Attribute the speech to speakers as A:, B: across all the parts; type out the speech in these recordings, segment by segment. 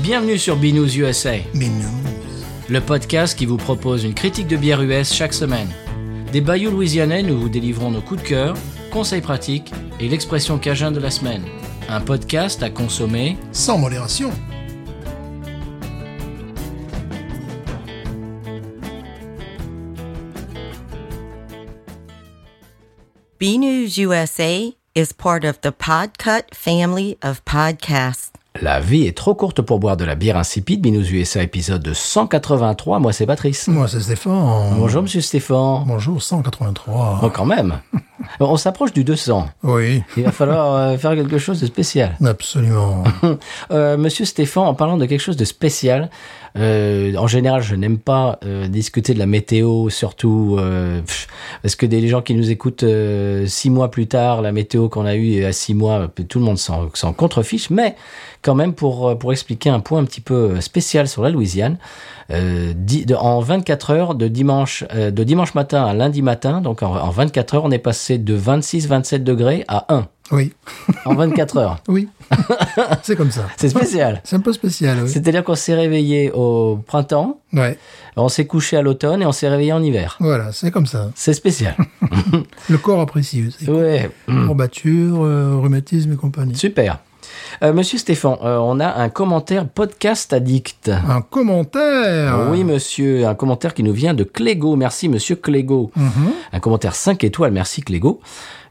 A: Bienvenue sur Binous USA,
B: Mais non.
A: le podcast qui vous propose une critique de bière US chaque semaine. Des bayous louisianais, nous vous délivrons nos coups de cœur, conseils pratiques et l'expression cajun de la semaine. Un podcast à consommer.
B: Sans modération.
C: B News USA is part of the Podcut family of podcasts.
A: La vie est trop courte pour boire de la bière insipide. Binous USA épisode 183. Moi, c'est Patrice.
B: Moi, c'est Stéphane.
A: Bonjour, monsieur Stéphane.
B: Bonjour, 183.
A: Bon, Oh, quand même. On s'approche du 200.
B: Oui,
A: Il va falloir euh, faire quelque chose de spécial.
B: absolument.
A: Euh, Monsieur Stéphane, en parlant de quelque chose de spécial, euh, en général, je n'aime pas euh, discuter de la météo, surtout euh, pff, parce que des gens qui nous écoutent euh, six mois plus tard, la météo qu'on a eue à six mois, euh, tout le monde s'en s'en contrefiche. Mais quand même, pour euh, pour expliquer un point un petit peu euh, spécial sur la Louisiane, euh, di- de- en 24 heures de dimanche euh, de dimanche matin à lundi matin, donc en, en 24 heures, on est passé de 26-27 degrés à 1
B: Oui,
A: en 24 heures.
B: oui. c'est comme ça.
A: C'est spécial.
B: C'est un peu spécial, oui.
A: C'est-à-dire qu'on s'est réveillé au printemps,
B: Ouais,
A: on s'est couché à l'automne et on s'est réveillé en hiver.
B: voilà, c'est comme ça.
A: C'est spécial.
B: Le corps apprécie aussi. Mmh.
A: Ouais,
B: Courbature, euh, rhumatisme et compagnie.
A: super. Euh, Monsieur Stéphane, euh, on a un commentaire podcast addict.
B: Un commentaire.
A: Oui, monsieur, un commentaire qui nous vient de Clégo. Merci, monsieur Clégo.
B: Mhm.
A: Un commentaire 5 étoiles, merci Clégo,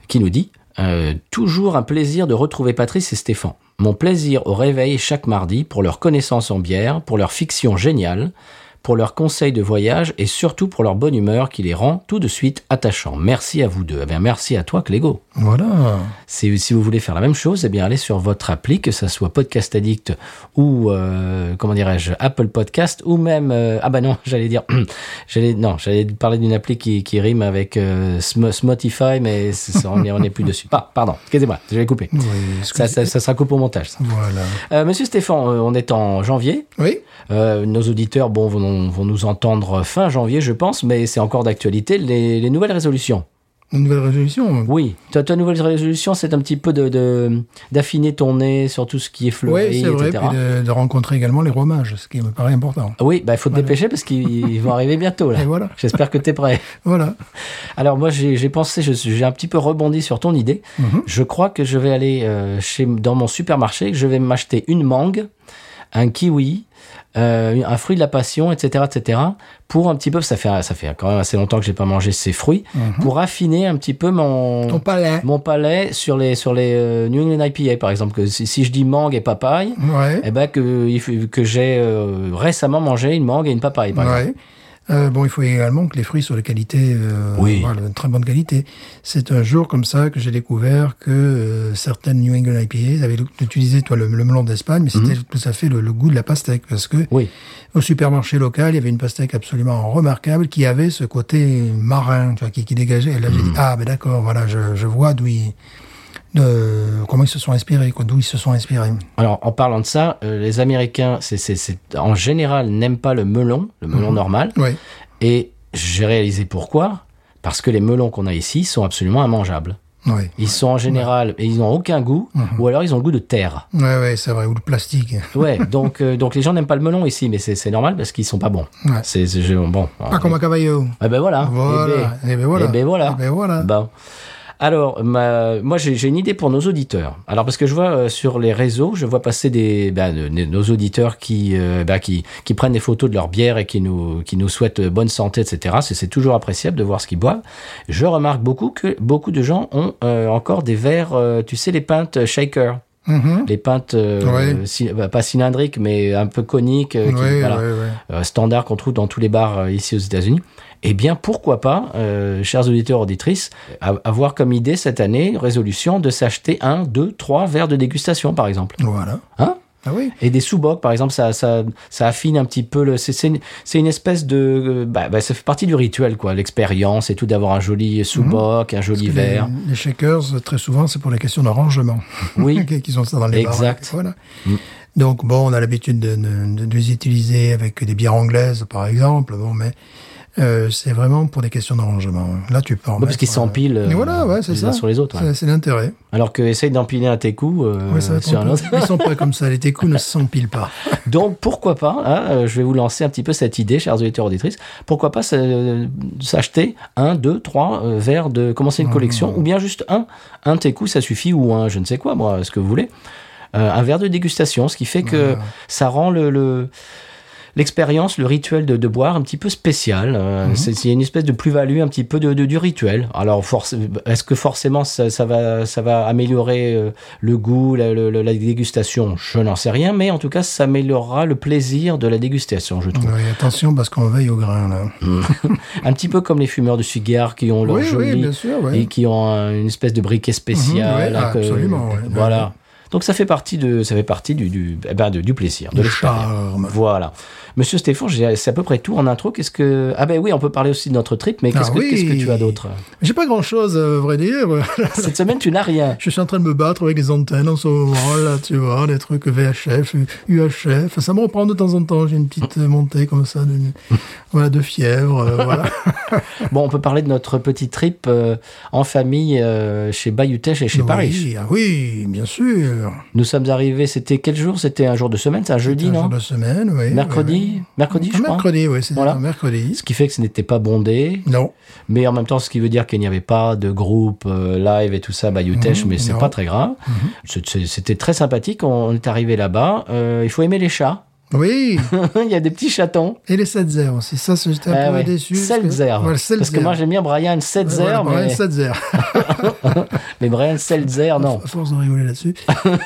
A: qui nous dit euh, Toujours un plaisir de retrouver Patrice et Stéphane. Mon plaisir au réveil chaque mardi pour leur connaissance en bière, pour leur fiction géniale, pour leurs conseils de voyage et surtout pour leur bonne humeur qui les rend tout de suite attachants. Merci à vous deux. Eh bien, merci à toi, Clégo.
B: Voilà.
A: Si, si vous voulez faire la même chose, eh bien, allez sur votre appli, que ça soit Podcast Addict ou, euh, comment dirais-je, Apple Podcast ou même, euh, ah bah non, j'allais dire, j'allais, non, j'allais parler d'une appli qui, qui rime avec euh, Smo- Smotify, mais c'est- c'est- on est- on n'est plus dessus. Ah, pardon, excusez-moi, je vais couper.
B: Oui,
A: Ça,
B: excusez-
A: ça, ça sera coupé au montage, ça.
B: Voilà.
A: Euh, Monsieur Stéphane, euh, on est en janvier.
B: Oui,
A: Euh, nos auditeurs, bon, vont, vont nous entendre fin janvier, je pense, mais c'est encore d'actualité, les- les nouvelles résolutions.
B: une nouvelle résolution.
A: Oui, ta, ta nouvelle résolution, c'est un petit peu de- de d'affiner ton nez sur tout ce qui est
B: Oui,
A: fleuri,
B: c'est vrai.
A: etc.
B: Puis de, de rencontrer également les rois mages, ce qui me paraît important.
A: Ah Oui, bah, il faut te dépêcher parce qu'ils vont arriver bientôt. là.
B: Et voilà.
A: J'espère que tu es prêt.
B: Voilà.
A: Alors moi, j'ai j'ai pensé, je suis- j'ai un petit peu rebondi sur ton idée.
B: Mhm.
A: Je crois que je vais aller euh, chez, dans mon supermarché, je vais m'acheter une mangue, un kiwi, euh, un fruit de la passion, etc., etc., pour un petit peu, ça fait, ça fait quand même assez longtemps que j'ai pas mangé ces fruits, pour affiner un petit peu mon...
B: Mhm. Ton palais.
A: mon palais sur les sur les euh, New England IPA par exemple que si, si je dis mangue et papaye
B: Ouais.
A: eh ben que il faut- que j'ai euh, récemment mangé une mangue et une papaye par exemple
B: Ouais. Euh, bon, il faut également que les fruits soient de qualité, euh,
A: Oui.
B: voilà, de très bonne qualité. C'est un jour comme ça que j'ai découvert que euh, certaines New England IPA avaient utilisé toi, le, le melon d'Espagne,
A: Mhm.
B: mais c'était tout à fait le, le goût de la pastèque, parce que
A: oui
B: au supermarché local, il y avait une pastèque absolument remarquable qui avait ce côté marin, tu vois, qui, qui dégageait. Et là,
A: Mhm.
B: j'ai dit, ah, ben d'accord, voilà, je, je vois d'où ils, de- comment ils se sont inspirés, quoi, d'où ils se sont inspirés.
A: alors en parlant de ça euh, les Américains c'est c'est c'est- en général n'aiment pas le melon le melon normal
B: Ouais.
A: et j'ai réalisé pourquoi parce que les melons qu'on a ici sont absolument immangeables
B: Ouais.
A: ils sont en général et ils n'ont aucun goût ou alors ils ont le goût de terre
B: Ouais, ouais, c'est vrai, ou le plastique.
A: ouais donc euh, donc les gens n'aiment pas le melon ici mais c'est c'est normal parce qu'ils sont pas bons
B: Ouais.
A: c'est c'est- je- bon
B: Pas comme à Caballo.
A: Eh ben voilà.
B: Ah, Voilà.
A: Eh ben,
B: Eh ben voilà.
A: Eh ben voilà.
B: Eh ben voilà.
A: Bon. Alors, ma- moi, j'ai j'ai une idée pour nos auditeurs. Alors, parce que je vois euh, sur les réseaux, je vois passer des, ben, de- de- nos auditeurs qui, euh, ben, qui, qui prennent des photos de leur bière et qui nous, qui nous souhaitent euh, bonne santé, etc. C'est- C'est toujours appréciable de voir ce qu'ils boivent. Je remarque beaucoup que beaucoup de gens ont euh, encore des verres, euh, tu sais, les pintes shaker,
B: Mhm.
A: les pintes euh,
B: Ouais.
A: cy- ben, pas cylindriques, mais un peu coniques. euh, qui-
B: Ouais,
A: voilà
B: ouais, ouais.
A: euh, standard qu'on trouve dans tous les bars euh, ici aux États-Unis. Eh bien, pourquoi pas, euh, chers auditeurs, auditrices, a- avoir comme idée cette année, résolution, de s'acheter un, deux, trois verres de dégustation, par exemple.
B: Voilà.
A: Hein
B: Ah oui.
A: Et des sous-bocs, par exemple, ça, ça, ça affine un petit peu le. c'est- C'est une, c'est une espèce de. euh, Bah, bah, ça fait partie du rituel, quoi. L'expérience et tout, d'avoir un joli sous-boc,
B: Mhm.
A: un joli verre.
B: Les, les shakers, très souvent, c'est pour les questions de rangement.
A: Oui.
B: Qu'ils ont ça dans les bars.
A: Exact. Mm.
B: Voilà. Donc, bon, on a l'habitude de, de- de les utiliser avec des bières anglaises, par exemple. Bon, mais Euh, c'est vraiment pour des questions d'arrangement. Là, tu peux en
A: Ouais, parce
B: mettre,
A: qu'ils
B: euh,
A: s'empilent euh,
B: mais voilà, ouais, c'est
A: les uns
B: ça.
A: sur les autres. ouais.
B: C'est- C'est l'intérêt.
A: Alors que essaye d'empiler à tes coups euh,
B: Ouais, ça va être
A: sur un
B: un
A: autre.
B: peu- Ils sont pas comme ça. Les técous ne s'empilent pas.
A: Donc pourquoi pas, hein, euh, je vais vous lancer un petit peu cette idée, chers auditeurs auditrices, pourquoi pas euh, s'acheter un, deux, trois euh, verres de commencer une collection, ou bien juste un, un de tes coups ça suffit, ou un je ne sais quoi, moi, ce que vous voulez. Euh, un verre de dégustation, ce qui fait que ça rend le... le- L'expérience, le rituel de, de boire un petit peu spécial. Euh, c'est- c'est une espèce de plus-value un petit peu de, de- du rituel. Alors, force- est-ce que forcément ça, ça va, ça va améliorer euh, le goût, la, le- la dégustation Je n'en sais rien, mais en tout cas, ça améliorera le plaisir de la dégustation, je trouve.
B: Ouais, attention, parce qu'on veille au grain, là.
A: Un petit peu comme les fumeurs de cigares qui ont leur
B: Oui,
A: joli
B: oui, bien sûr, ouais.
A: et qui ont un- une espèce de briquet spécial.
B: Mhm, ouais,
A: hein, que-
B: absolument, ouais.
A: Voilà. Donc ça fait partie de, ça fait partie du, du, eh ben, de- du plaisir, de
B: Le
A: l'expérience.
B: charme.
A: Voilà. Monsieur Stéphane, j'ai- c'est à peu près tout en intro. Qu'est-ce que ah ben oui, on peut parler aussi de notre trip, mais
B: Ah
A: qu'est-ce que
B: oui.
A: qu'est-ce que tu as d'autre
B: J'ai pas grand chose, à vrai dire.
A: Cette semaine, tu n'as rien.
B: Je suis en train de me battre avec les antennes en ce moment, là, tu vois, des trucs VHF, UHF. Ça me reprend de temps en temps. J'ai une petite montée comme ça de, voilà, de fièvre. euh, voilà.
A: Bon, on peut parler de notre petit trip euh, en famille euh, chez Bayutech et chez
B: Oui,
A: Paris.
B: ah oui, bien sûr.
A: Nous sommes arrivés. C'était quel jour C'était un jour de semaine, c'est un jeudi,
B: Un
A: non
B: jour de semaine, oui.
A: Mercredi,
B: oui, oui.
A: mercredi,
B: Un
A: je crois.
B: Mercredi, oui, c'est
A: Voilà.
B: un mercredi.
A: Ce qui fait que ce n'était pas bondé,
B: Non.
A: mais en même temps, ce qui veut dire qu'il n'y avait pas de groupe euh, live et tout ça, Bayutech,
B: Mhm,
A: mais c'est
B: non.
A: pas très grave. C'est- c'est- C'était très sympathique. On est arrivé là-bas. Euh, il faut aimer les chats.
B: Oui.
A: il y a des petits chatons.
B: Et les 7-0 aussi. Ça, c'est- j'étais un
A: Ah
B: peu
A: ouais.
B: déçu. parce que-
A: Seltzer.
B: Voilà,
A: Parce que moi, j'aime bien Brian Seltzer, mais,
B: Ouais, 7-0.
A: mais Brian Seltzer, non.
B: À force de rigoler là-dessus.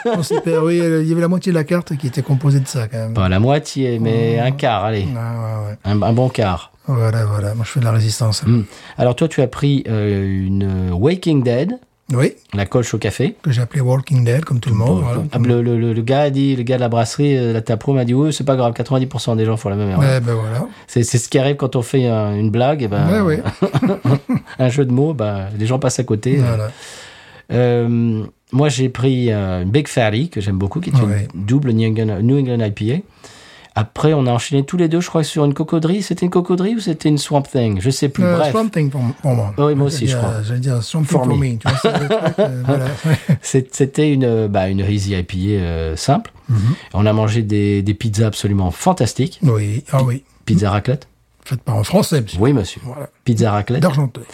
B: on s'est perdu. Oui, il y avait la moitié de la carte qui était composée de ça, quand même.
A: Pas la moitié, mais
B: Oh.
A: un quart, allez.
B: Ah, ouais, ouais.
A: Un, un bon quart.
B: Voilà, voilà. Moi, je fais de la résistance.
A: Mm. Alors, toi, tu as pris euh, une Waking Dead,
B: Oui,
A: la colche au café.
B: que j'ai appelé Walking Dead, comme tout le monde. Oh, voilà.
A: Ah, le, le- le- le gars a dit, le gars de la brasserie, euh, la taproom a dit, oui, c'est pas grave, 90% des gens font la même erreur.
B: Ouais, ben voilà.
A: C'est, c'est ce qui arrive quand on fait un- une blague, et ben,
B: Ouais, ouais.
A: un jeu de mots, ben, les gens passent à côté.
B: voilà.
A: Euh, moi, j'ai pris euh, une Big Fatty, que j'aime beaucoup, qui est une
B: Ouais.
A: double New England, New England IPA. Après, on a enchaîné tous les deux, je crois, sur une cocoderie. C'était une cocoderie ou c'était une Swamp Thing Je sais plus.
B: Euh,
A: Bref,
B: Swamp Thing pour, pour moi.
A: Oui, moi aussi,
B: J'allais
A: je
B: dire-
A: crois.
B: J'allais dire Swamp Thing
A: For
B: for,
A: me.
B: me. Tu vois, c'est le truc, euh, voilà.
A: c'est- c'était une, euh, bah, une Easy IPA euh, simple.
B: Mm-hmm.
A: On a mangé des, des pizzas absolument fantastiques.
B: Oui, ah oui.
A: Pizza raclette
B: Faites pas en français, monsieur.
A: Oui, monsieur.
B: Voilà.
A: Pizza raclette
B: D'argenteuil.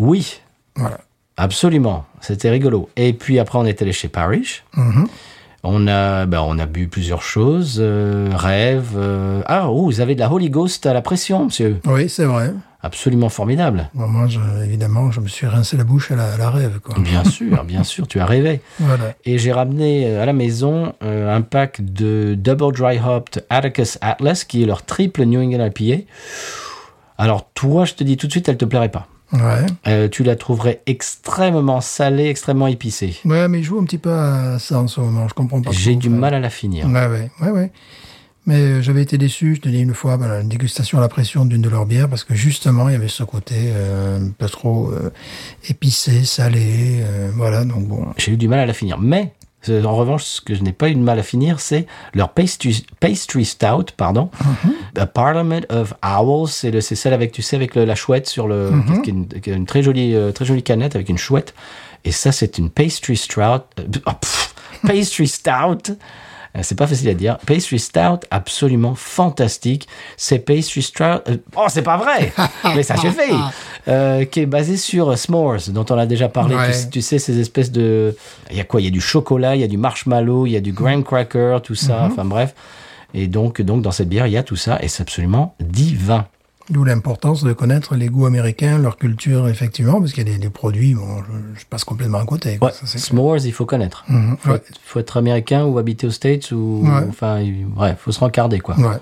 A: Oui,
B: Voilà.
A: absolument. C'était rigolo. Et puis après, on est allé chez Parrish.
B: Mhm.
A: On a, ben, on a bu plusieurs choses, euh, rêve. euh, Ah, oh, vous avez de la Holy Ghost à la pression, monsieur.
B: Oui, c'est vrai.
A: Absolument formidable.
B: Bon, moi, je, évidemment, je me suis rincé la bouche à la, à la rêve, quoi.
A: Bien sûr, bien sûr, tu as rêvé.
B: Voilà.
A: Et j'ai ramené euh, à la maison euh, un pack de Double Dry Hopped Atticus Atlas, qui est leur triple New England IPA. Alors toi, je te dis tout de suite, elle te plairait pas.
B: Ouais.
A: Euh, tu la trouverais extrêmement salée, extrêmement épicée.
B: Ouais, mais je joue un petit peu à ça en ce moment. Je comprends pas.
A: J'ai
B: trop,
A: du
B: ça.
A: mal à la finir.
B: Ouais, ouais, ouais, ouais. Mais euh, j'avais été déçu, je te dis une fois, voilà, une dégustation à la pression d'une de leurs bières, parce que justement, il y avait ce côté euh, un peu trop euh, épicé, salé, euh, voilà, donc bon.
A: J'ai eu du mal à la finir. Mais, euh, en revanche, ce que je n'ai pas eu de mal à finir, c'est leur pastry, pastry stout, pardon. The Parliament of Owls, c'est le- c'est celle avec, tu sais, avec le- la chouette sur le, qui est une, qui est une très jolie, euh, très jolie canette avec une chouette. Et ça, c'est une pastry stout, euh, oh, pff, pastry stout. Euh, C'est pas facile à dire. Pastry stout, absolument fantastique. C'est pastry stout. euh, oh, c'est pas vrai! Mais ça, j'ai fait! Euh, qui est basé sur S'mores, dont on a déjà parlé.
B: Ouais.
A: Tu sais- tu sais, ces espèces de. Il y a quoi Il y a du chocolat, il y a du marshmallow, il y a du graham cracker, tout ça.
B: Mhm.
A: Enfin bref. Et donc, donc, dans cette bière, il y a tout ça. Et c'est absolument divin.
B: D'où l'importance de connaître les goûts américains, leur culture, effectivement, parce qu'il y a des, des produits, bon, je, je passe complètement à côté. quoi,
A: Ouais,
B: ça, c'est clair.
A: S'mores, il faut connaître.
B: Mhm,
A: faut,
B: ouais.
A: être- faut être américain ou habiter aux States ou.
B: Ouais.
A: Enfin, il- ouais, faut se rencarder, quoi.
B: Ouais.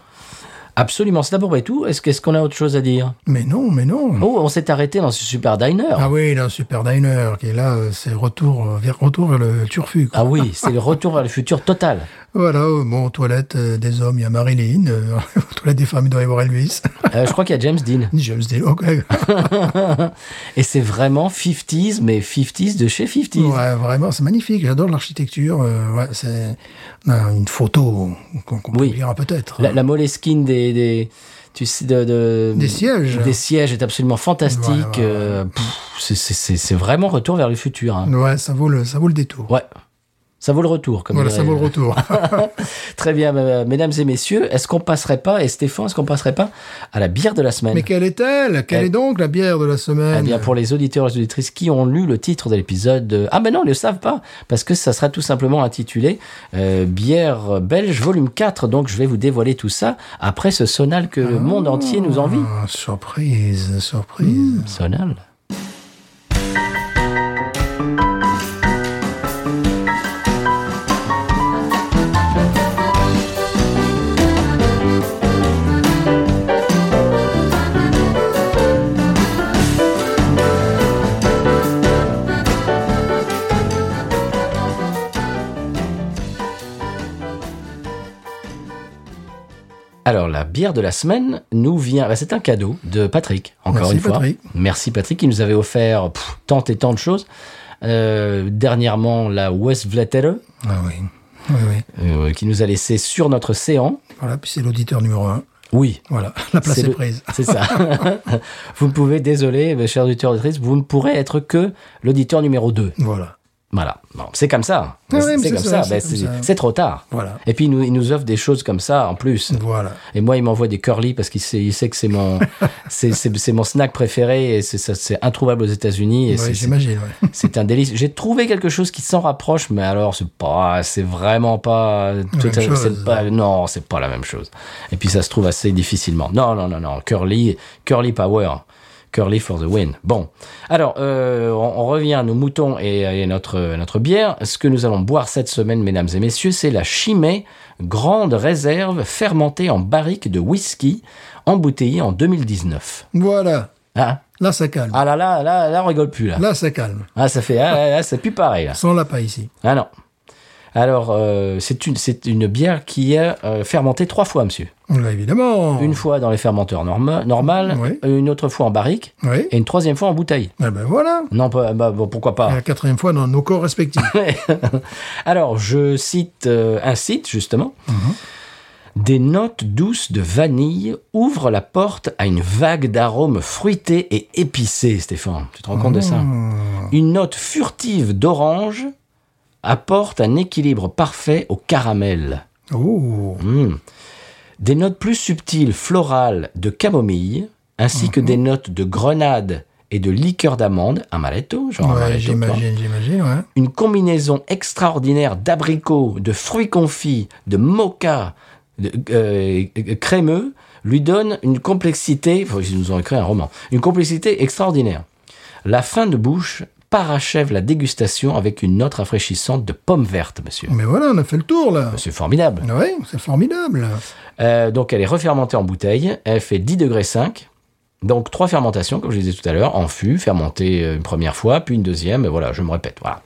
A: Absolument. C'est d'abord et tout. Est-ce que- est-ce qu'on a autre chose à dire
B: Mais non, mais non.
A: Oh, on s'est arrêté dans ce super diner. Ah,
B: Mm. Ah oui, là, Super Diner, qui est là, euh, c'est retour, euh, vers, retour vers le turfu. quoi.
A: Ah oui, c'est le retour vers le futur total.
B: Voilà, euh, bon, aux toilettes euh, des hommes, il y a Marilyn, euh, aux toilettes des femmes, il doit y avoir Elvis.
A: Euh, je crois qu'il y a James Dean.
B: James Oh, Dean, ok.
A: Ah, Et c'est vraiment 50s, mais 50s de chez 50s.
B: Ouais, vraiment, c'est magnifique. J'adore l'architecture. euh, ouais, c'est on a une photo qu'on qu'on
A: Oui.
B: publiera peut-être.
A: La, la Moleskine des, des, tu sais, de, de-
B: Des sièges.
A: Des sièges est absolument fantastique.
B: Ouais, ouais, ouais.
A: euh, pff, c'est- c'est- c'est c'est vraiment retour vers le futur. hein.
B: Ouais, ça vaut le, ça vaut le détour.
A: Ouais. euh, Ça vaut le retour, comme
B: voilà,
A: dirait-
B: ça vaut le retour. Ah,
A: Très bien, euh, mesdames et messieurs, est-ce qu'on passerait pas, et Stéphane, est-ce qu'on passerait pas à la bière de la semaine
B: Mais quelle est-elle Quelle
A: Elle-
B: est donc la bière de la semaine
A: Eh bien, pour les auditeurs et les auditrices qui ont lu le titre de l'épisode, euh, ah ben non, ils ne le savent pas, parce que ça sera tout simplement intitulé euh, Bière belge volume 4. Donc, je vais vous dévoiler tout ça après ce sonal que le monde entier nous envie.
B: Ah, surprise, surprise.
A: Mm. Sonal Alors, la bière de la semaine nous vient. bah, c'est un cadeau de Patrick, encore
B: Merci,
A: une fois.
B: Patrick.
A: Merci Patrick, qui nous avait offert pff, tant et tant de choses. Euh, dernièrement, la Westvleteren,
B: Ah oui. Oui, oui.
A: euh, qui nous a laissé sur notre séant.
B: Voilà, puis c'est l'auditeur numéro un.
A: Oui,
B: Voilà, la place
A: C'est
B: est,
A: le-
B: prise.
A: C'est ça. vous ne pouvez, désolé, mes chers auditeurs et auditrices, vous ne pourrez être que l'auditeur numéro 2.
B: Voilà.
A: Voilà. Bon, c'est comme ça.
B: Ah ouais,
A: c'est
B: mais
A: c'est
B: c'est
A: comme ça.
B: ça,
A: Ben,
B: c'est comme
A: c'est-
B: ça.
A: c'est trop tard.
B: Voilà.
A: Et puis, il nous, il nous offre des choses comme ça en plus.
B: Voilà.
A: Et moi, il m'envoie des curly parce qu'il sait, il sait que c'est mon, c'est- c'est c'est mon snack préféré et c'est ça- c'est introuvable aux États-Unis. et
B: Ouais,
A: c'est- c'est-
B: J'imagine, ouais.
A: c'est un délice. J'ai trouvé quelque chose qui s'en rapproche, mais alors c'est pas, c'est vraiment pas. tout à-
B: chose.
A: c'est pas- non, c'est pas la même chose. Et puis ça se trouve assez difficilement. Non, non, non, non. Curly, curly power. Curly for the win. Bon, alors euh, on, on revient à nos moutons et, à notre à notre bière. Ce que nous allons boire cette semaine, mesdames et messieurs, c'est la Chimay Grande Réserve fermentée en barrique de whisky, embouteillée en 2019.
B: Voilà.
A: Ah,
B: Là, ça calme.
A: ah là là là là, on rigole plus là.
B: Là, ça calme.
A: Ah ça fait ah, là, là, c'est plus pareil là.
B: Sans la pas ici.
A: Ah non. Alors, euh, c'est une, c'est une bière qui est euh, fermentée trois fois, monsieur.
B: Là, évidemment.
A: Une fois dans les fermenteurs norma normal,
B: Oui.
A: une autre fois en barrique,
B: Oui.
A: et une troisième fois en bouteille.
B: Eh ben voilà.
A: Non, pas- bah, bon, pourquoi
B: Et
A: pas
B: la quatrième fois dans nos corps respectifs.
A: Alors, je cite euh, un site, justement. Des notes douces de vanille ouvrent la porte à une vague d'arômes fruités et épicés, Stéphane. Tu te rends compte de ça
B: Oh.
A: Une note furtive d'orange apporte un équilibre parfait au caramel.
B: oh.
A: Mm. Des notes plus subtiles, florales, de camomille, ainsi que
B: Mhm.
A: des notes de grenade et de liqueur d'amande, amaretto, genre
B: Ouais,
A: amaretto, toi.
B: j'imagine, j'imagine, ouais.
A: Une combinaison extraordinaire d'abricots, de fruits confits, de mocha, de, euh, euh, crémeux, lui donne une complexité, enfin, ils nous ont écrit un roman, une complexité extraordinaire. La fin de bouche parachève la dégustation avec une note rafraîchissante de pomme verte, monsieur.
B: Mais voilà, on a fait le tour, là.
A: C'est formidable.
B: Ouais, c'est formidable.
A: Euh, donc elle est refermentée en bouteille, elle fait 10 degrés 5. Donc trois fermentations, comme je disais tout à l'heure, en fût, fermentée euh, une première fois, puis une deuxième, et voilà, je me répète, voilà.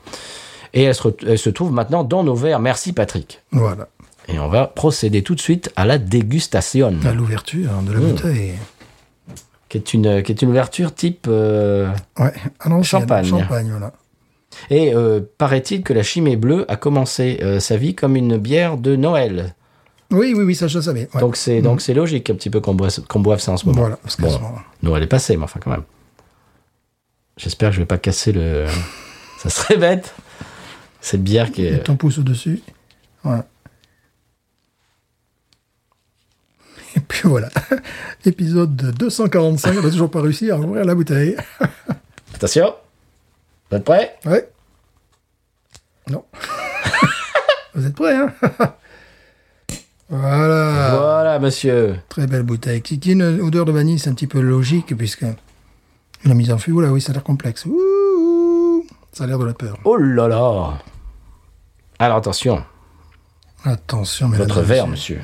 A: Et elle se, re- elle se trouve maintenant dans nos verres, merci Patrick.
B: Voilà.
A: Et on va procéder tout de suite à la dégustation,
B: À l'ouverture de la
A: Mmh.
B: bouteille.
A: qui est une, qui est une ouverture type... euh,
B: Ouais, à l'ancienne.
A: Champagne.
B: Champagne, voilà.
A: Et euh, paraît-il que la chimée bleue a commencé euh, sa vie comme une bière de Noël.
B: Oui, oui, oui, ça, je le savais. ouais. Mm.
A: Donc c'est donc c'est logique un petit peu qu'on boive, qu'on boive ça en ce moment.
B: Voilà, parce que
A: Bon.
B: ça va.
A: Non, elle est passée, mais enfin quand même. J'espère que je vais pas casser le. Ça serait bête. Cette bière qui
B: Et
A: est.
B: ton pouce au-dessus. Voilà. Et puis voilà. Épisode 245, on n'a toujours pas réussi à ouvrir la bouteille.
A: Attention. Vous êtes prêts
B: Ouais. Non. Vous êtes prêts, hein Voilà.
A: Voilà, monsieur.
B: Très belle bouteille. Qui, qui a une odeur de vanille, c'est un petit peu logique, puisque la mise en fût, oula, oui, ça a l'air complexe. Ouh, ça a l'air de la peur.
A: Oh là là. Alors attention,
B: Attention, mais
A: votre verre, monsieur.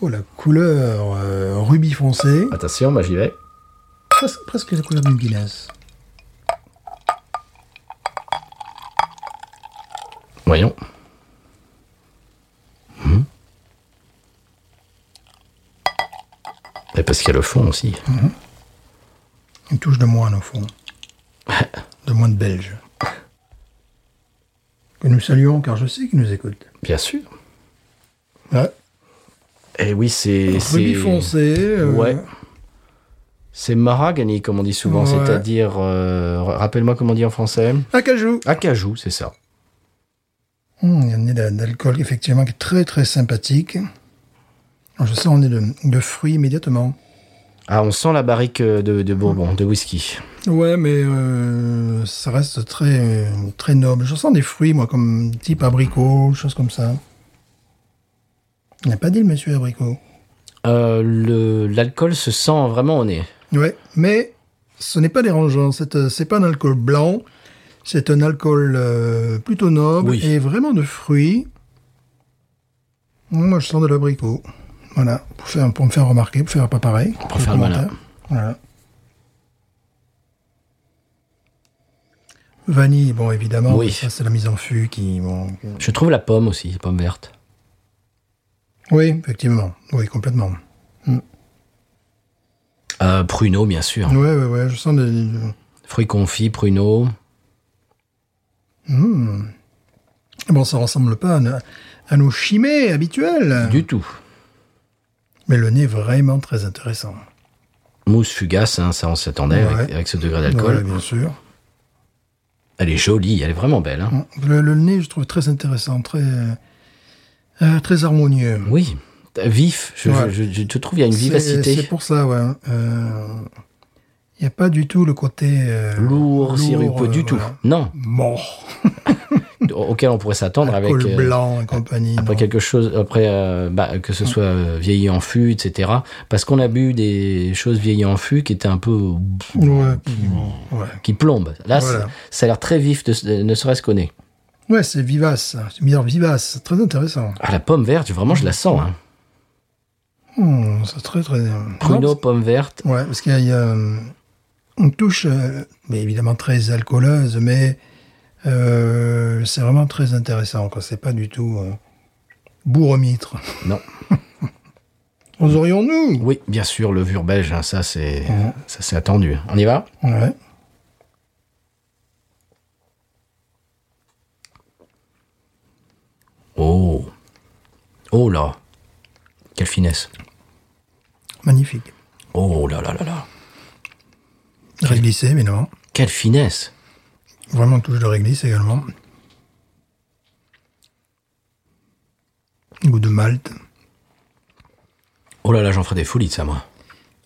B: Oh, la couleur euh, rubis foncé.
A: Attention, moi j'y vais.
B: Presque, presque la couleur d'une Guinness.
A: Voyons. Hmm. Et parce qu'il y a le fond aussi.
B: Une touche de moine, au fond. De moine belge. Que nous saluons, car je sais qu'il nous écoute.
A: Bien sûr.
B: Ouais.
A: Et oui, c'est.
B: Rubis
A: c'est-
B: foncé. euh,
A: Ouais. C'est Maragani, comme on dit souvent,
B: Ouais.
A: c'est-à-dire. euh, ra- Rappelle-moi comment on dit en français.
B: Acajou.
A: Acajou, c'est ça.
B: Hum, il y a un nez d'a- d'alcool, effectivement, qui est très, très sympathique. Je sens un nez de, de fruits immédiatement.
A: Ah, on sent la barrique euh, de, de bourbon, de whisky.
B: Ouais, mais euh, ça reste très, euh, très noble. Je sens des fruits, moi, comme type abricot, choses comme ça. Il n'a pas dit le monsieur abricot.
A: Euh, le- L'alcool se sent vraiment au nez.
B: Ouais, mais ce n'est pas dérangeant. C'est euh, c'est pas un alcool blanc. C'est un alcool euh, plutôt noble
A: Oui.
B: et vraiment de fruits. Moi, je sens de l'abricot. Voilà, pour, faire, pour me faire remarquer, pour faire pas pareil. Pour
A: faire le malin.
B: Voilà. Vanille, bon, évidemment,
A: Oui.
B: ça, c'est la mise en fût qui... Bon,
A: Je trouve la pomme aussi, pomme verte.
B: oui, effectivement. Oui, complètement.
A: Euh, pruneau, bien sûr.
B: Ouais, ouais, ouais, je sens des...
A: Fruits confits, pruneaux.
B: Bon, ça ressemble pas à, no- à nos chimées habituelles.
A: Du tout.
B: Mais le nez est vraiment très intéressant.
A: Mousse fugace, hein, ça on s'attendait
B: Ouais.
A: avec, avec ce degré
B: Voilà,
A: d'alcool.
B: bien sûr.
A: Elle est jolie, elle est vraiment belle. hein.
B: Le, le nez, je trouve très intéressant, très, euh, très harmonieux.
A: Oui, Euh, vif. Je,
B: Ouais.
A: je- je- je te trouve, il y a une
B: C'est- C'est
A: vivacité.
B: pour ça, ouais. Euh, Il n'y a pas du tout le côté. euh,
A: Lourd, sirupeux,
B: euh,
A: du tout.
B: voilà.
A: Non,
B: Mort.
A: au- auquel on pourrait s'attendre avec.
B: Col
A: euh,
B: blanc et compagnie.
A: Après
B: non.
A: quelque chose, après euh, bah, que ce soit euh, vieilli en fût, etc. Parce qu'on a bu des choses vieillies en fût qui étaient un peu
B: Ouais. Ouais.
A: qui plombent. Là,
B: Voilà.
A: c'est- ça a l'air très vif, de, de- ne serait-ce qu'au nez.
B: Ouais, c'est vivace. ça. C'est bien vivace. C'est très intéressant.
A: Ah, la pomme verte, vraiment, je la sens. Hein.
B: Hmm, c'est très, très.
A: Pruneau, pomme verte.
B: Ouais, parce qu'il y a, il y a, euh, une touche, euh, mais évidemment très alcooleuse, mais euh, c'est vraiment très intéressant. quoi. C'est pas du tout euh, bourre-mitre.
A: Non.
B: Nous aurions-nous
A: Oui, bien sûr, levure belge. hein, ça, c'est
B: Mhm.
A: ça, c'est attendu. On y va.
B: Ouais.
A: Oh, oh là, quelle finesse.
B: Magnifique.
A: Oh là là là là.
B: Réglissé, évidemment.
A: Quelle finesse
B: Vraiment touche de réglisse également. Goût de malte.
A: Oh là là, j'en ferai des folies de ça, moi.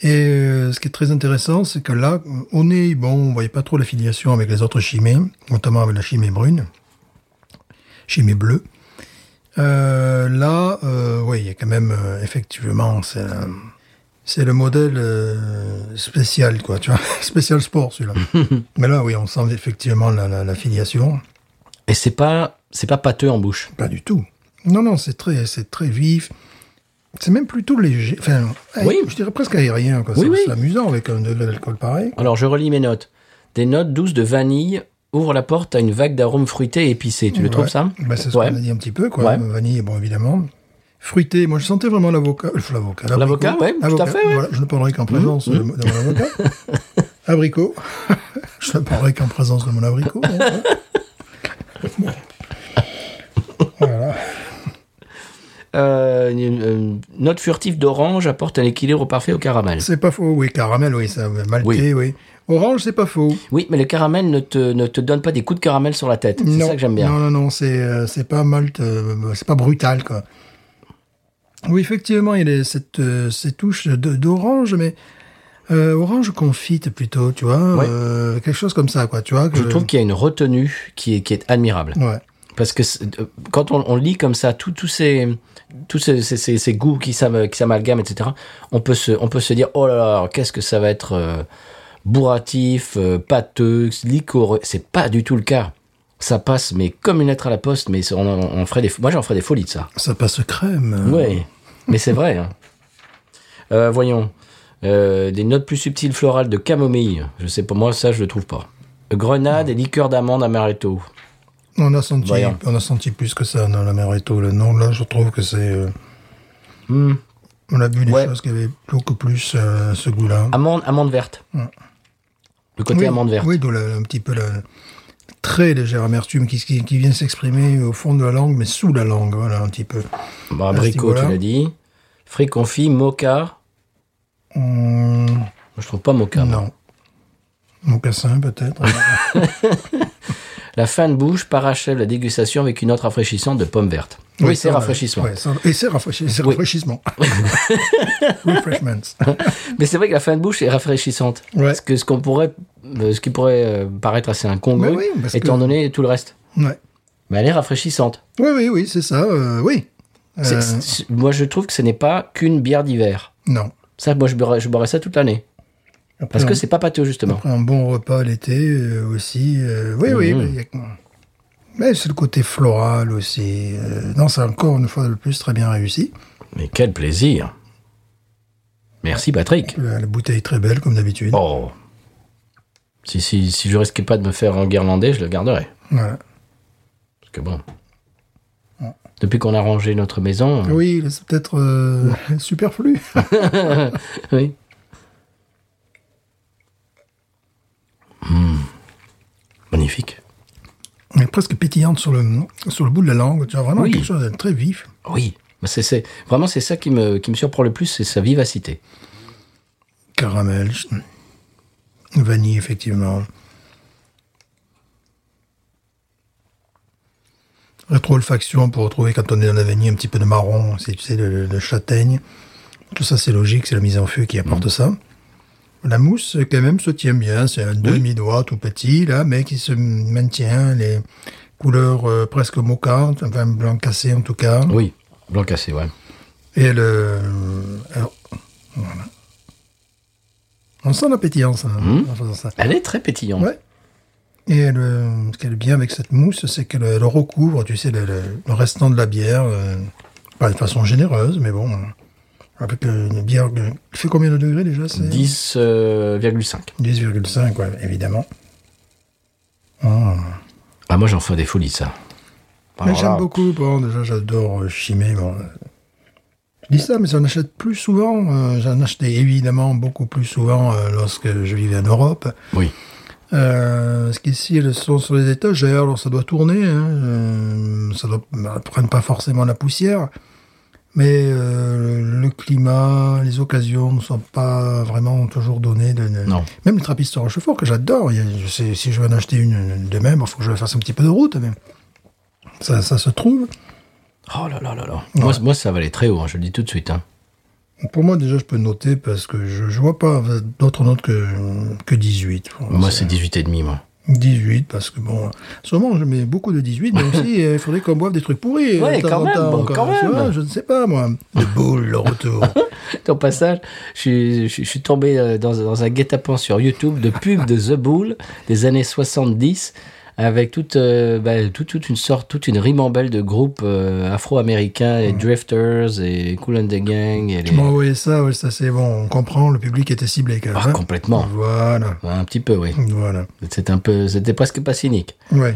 B: Et euh, ce qui est très intéressant, c'est que là, au nez, bon, on voyait pas trop l'affiliation avec les autres chimées, notamment avec la chimée brune, chimée bleue. Euh, là, euh, oui, il y a quand même, euh, effectivement, c'est euh, c'est le modèle euh, spécial, quoi, tu vois, spécial sport, celui-là. Mais là, oui, on sent effectivement la, la, l'affiliation.
A: Et c'est pas, c'est pas pâteux en bouche.
B: Pas du tout. Non, non, c'est très, c'est très vif. C'est même plutôt léger. Enfin,
A: Oui.
B: je dirais presque aérien. Quoi.
A: Oui,
B: c'est,
A: oui.
B: c'est amusant avec un degré d'alcool pareil.
A: Alors, je relis mes notes. Des notes douces de vanille ouvrent la porte à une vague d'arômes fruités et épicés. Tu le
B: Ouais.
A: trouves, ça
B: Bah, C'est ce
A: Ouais.
B: qu'on a dit un petit peu, quoi.
A: Ouais.
B: Vanille, bon, évidemment. Fruité, moi je sentais vraiment l'avocat. euh, l'avocat,
A: L'avocat,
B: l'abricot.
A: ouais, tout à
B: Avocat,
A: fait, ouais. Mhm,
B: voilà, je ne parlerai qu'en présence de mon de mon avocat. abricot. je ne parlerai qu'en présence de mon abricot. hein, ouais. voilà.
A: Euh, une, une note furtive d'orange apporte un équilibre parfait au caramel.
B: C'est pas faux, oui. Caramel, oui, ça. Maltais, oui. Orange, c'est pas faux.
A: Oui, mais le caramel ne te, ne te donne pas des coups de caramel sur la tête. C'est
B: Non,
A: ça que j'aime bien.
B: Non, non, non, c'est euh, c'est pas malt, euh, c'est pas brutal, quoi. Oui, effectivement, il y a cette, euh, ces touches de- d'orange, mais euh, orange confite plutôt, tu vois,
A: Ouais.
B: euh, quelque chose comme ça, quoi, tu vois. Que,
A: Je trouve qu'il y a une retenue qui est, qui est admirable.
B: Ouais.
A: Parce que c'est- euh, quand on, on lit comme ça, tous tous ces, tous ces, ces- ces- ces goûts qui s'am- qui s'amalgament, etc., on peut, se, on peut se dire oh là là, qu'est-ce que ça va être euh, bourratif, euh, pâteux, liquoreux. C'est pas du tout le cas. Ça passe, mais comme une lettre à la poste, mais on, en- on ferait des, moi j'en ferais des folies de ça.
B: Ça passe crème.
A: Ouais, mais c'est vrai. hein. Euh, voyons. Euh, des notes plus subtiles florales de camomille. Je sais pas, moi ça je le trouve pas. Grenade et liqueur d'amande amaretto.
B: On a senti,
A: Voyons.
B: on a senti plus que ça dans la Maréto, le nom, là, je trouve que c'est. euh, On a bu des
A: Ouais.
B: choses qui avaient beaucoup plus euh, ce goût-là.
A: Amande, amande verte. Le côté
B: oui,
A: amande verte.
B: Oui, d'où le- un petit peu la très légère amertume qui, qui, qui vient s'exprimer au fond de la langue, mais sous la langue, voilà, un petit peu.
A: Bon, abricot,
B: voilà.
A: Bah, tu l'as dit. Fruits confits, mocha.
B: Hum,
A: Moi, Je trouve pas mocha. moi.
B: non. Mocassin, peut-être.
A: La fin de bouche parachève la dégustation avec une autre rafraîchissante de pommes vertes. Oui, c'est
B: ça,
A: rafraîchissant.
B: ouais, ça- et c'est rafraîchi- c'est
A: Oui.
B: rafraîchissement. Refreshments.
A: Mais c'est vrai que la fin de bouche est rafraîchissante.
B: Ouais.
A: Parce que ce qu'on pourrait, euh, ce qui pourrait euh, paraître assez incongru,
B: Mais oui, parce que-
A: étant donné tout le reste.
B: Ouais.
A: Mais elle est rafraîchissante.
B: Oui, oui, oui, c'est ça, euh, oui. Euh,
A: C'est- c'est- moi, je trouve que ce n'est pas qu'une bière d'hiver.
B: non.
A: Ça, moi, je boirais, je boirais ça toute l'année.
B: Après,
A: Parce
B: on-
A: que c'est pas pâteux, justement.
B: Après un bon repas l'été euh, aussi. euh, oui, oui.
A: Mmh.
B: mais y a- Mais c'est le côté floral aussi. euh, non, c'est encore une fois de plus très bien réussi.
A: Mais quel plaisir Merci, Patrick.
B: La, la bouteille est très belle comme d'habitude.
A: Oh si, si, si je risquais pas de me faire en guirlandais, je le garderais.
B: Voilà.
A: Parce que bon. Depuis qu'on a rangé notre maison. euh,
B: Oui, là, c'est peut-être euh, superflu.
A: Oui. Hmm. Magnifique.
B: Elle est presque pétillante sur le, sur le bout de la langue. Tu as vraiment
A: Oui.
B: quelque chose de très vif.
A: Oui. Bah, C'est, c'est- vraiment, c'est ça qui me, qui me surprend le plus, c'est sa vivacité.
B: Caramel, ch- vanille, effectivement. Rétro-olfaction pour retrouver quand on est dans la vanille un petit peu de marron, c'est tu sais, de, de châtaigne. Tout ça, c'est logique, c'est la mise en feu qui apporte ça. La mousse, quand même, se tient bien. C'est un demi-doigt tout petit, là, mais qui se maintient. Les couleurs euh, presque moquantes, enfin blanc cassé en tout cas.
A: Oui. Blanc cassé, ouais.
B: Et le. euh, Alors, voilà. On sent la pétillance hein, en faisant ça.
A: Elle est très pétillante.
B: Ouais. Et le, ce qu'elle est bien avec cette mousse, c'est qu'elle elle recouvre, tu sais, le, le- le restant de la bière, euh, pas de façon généreuse, mais bon. Avec euh, une bière. euh, Elle fait combien de degrés déjà c'est
A: 10,5. euh,
B: 10,5, ouais, évidemment.
A: Ah, moi, j'en fais des folies, ça.
B: Mais
A: Alors là,
B: j'aime beaucoup. Bon, déjà, j'adore euh, chimer. Bon, euh, je dis ça, mais j'en achète plus souvent. Euh, j'en achetais évidemment beaucoup plus souvent euh, lorsque je vivais en Europe.
A: Oui.
B: Euh, parce qu'ici, elles sont sur les étagères, alors ça doit tourner. Hein, euh, ça doit, elles prennent pas forcément la poussière. Mais euh, le climat, les occasions ne sont pas vraiment toujours données. De, de-
A: Non.
B: Même les trapistes à Rochefort, que j'adore. il y a- je sais- Si je veux en acheter une, une de même, il faut que je fasse un petit peu de route. Mais ça, ça se trouve.
A: Oh là là là là. Moi, c- moi, ça va aller très haut, hein, je le dis tout de suite. hein.
B: Pour moi, déjà, je peux noter parce que je, je vois pas d'autres notes que, que 18.
A: Moi, c'est 18,5, moi.
B: 18, parce que bon, sûrement je mets beaucoup de 18, mais aussi euh, il faudrait qu'on boive des trucs pourris. euh,
A: Ouais,
B: de temps
A: quand
B: en
A: même,
B: temps,
A: bon, quand
B: tu vois,
A: même.
B: je ne sais pas, moi. De boule, le retour.
A: Ton passage, je suis, je, je suis tombé euh, dans, dans un guet-apens sur YouTube de pub de The Bull des années 70 avec toute, euh, bah, toute, toute une sorte, toute une ribambelle de groupes euh, afro-américains, les Drifters et Cool and the Gang. Et les...
B: tu m'as envoyé ça, ouais, ça c'est bon, on comprend, le public était ciblé quand même.
A: Ah,
B: hein.
A: complètement.
B: Voilà,
A: Un petit peu, oui.
B: voilà.
A: C'était un peu, c'était presque pas cynique.
B: Ouais.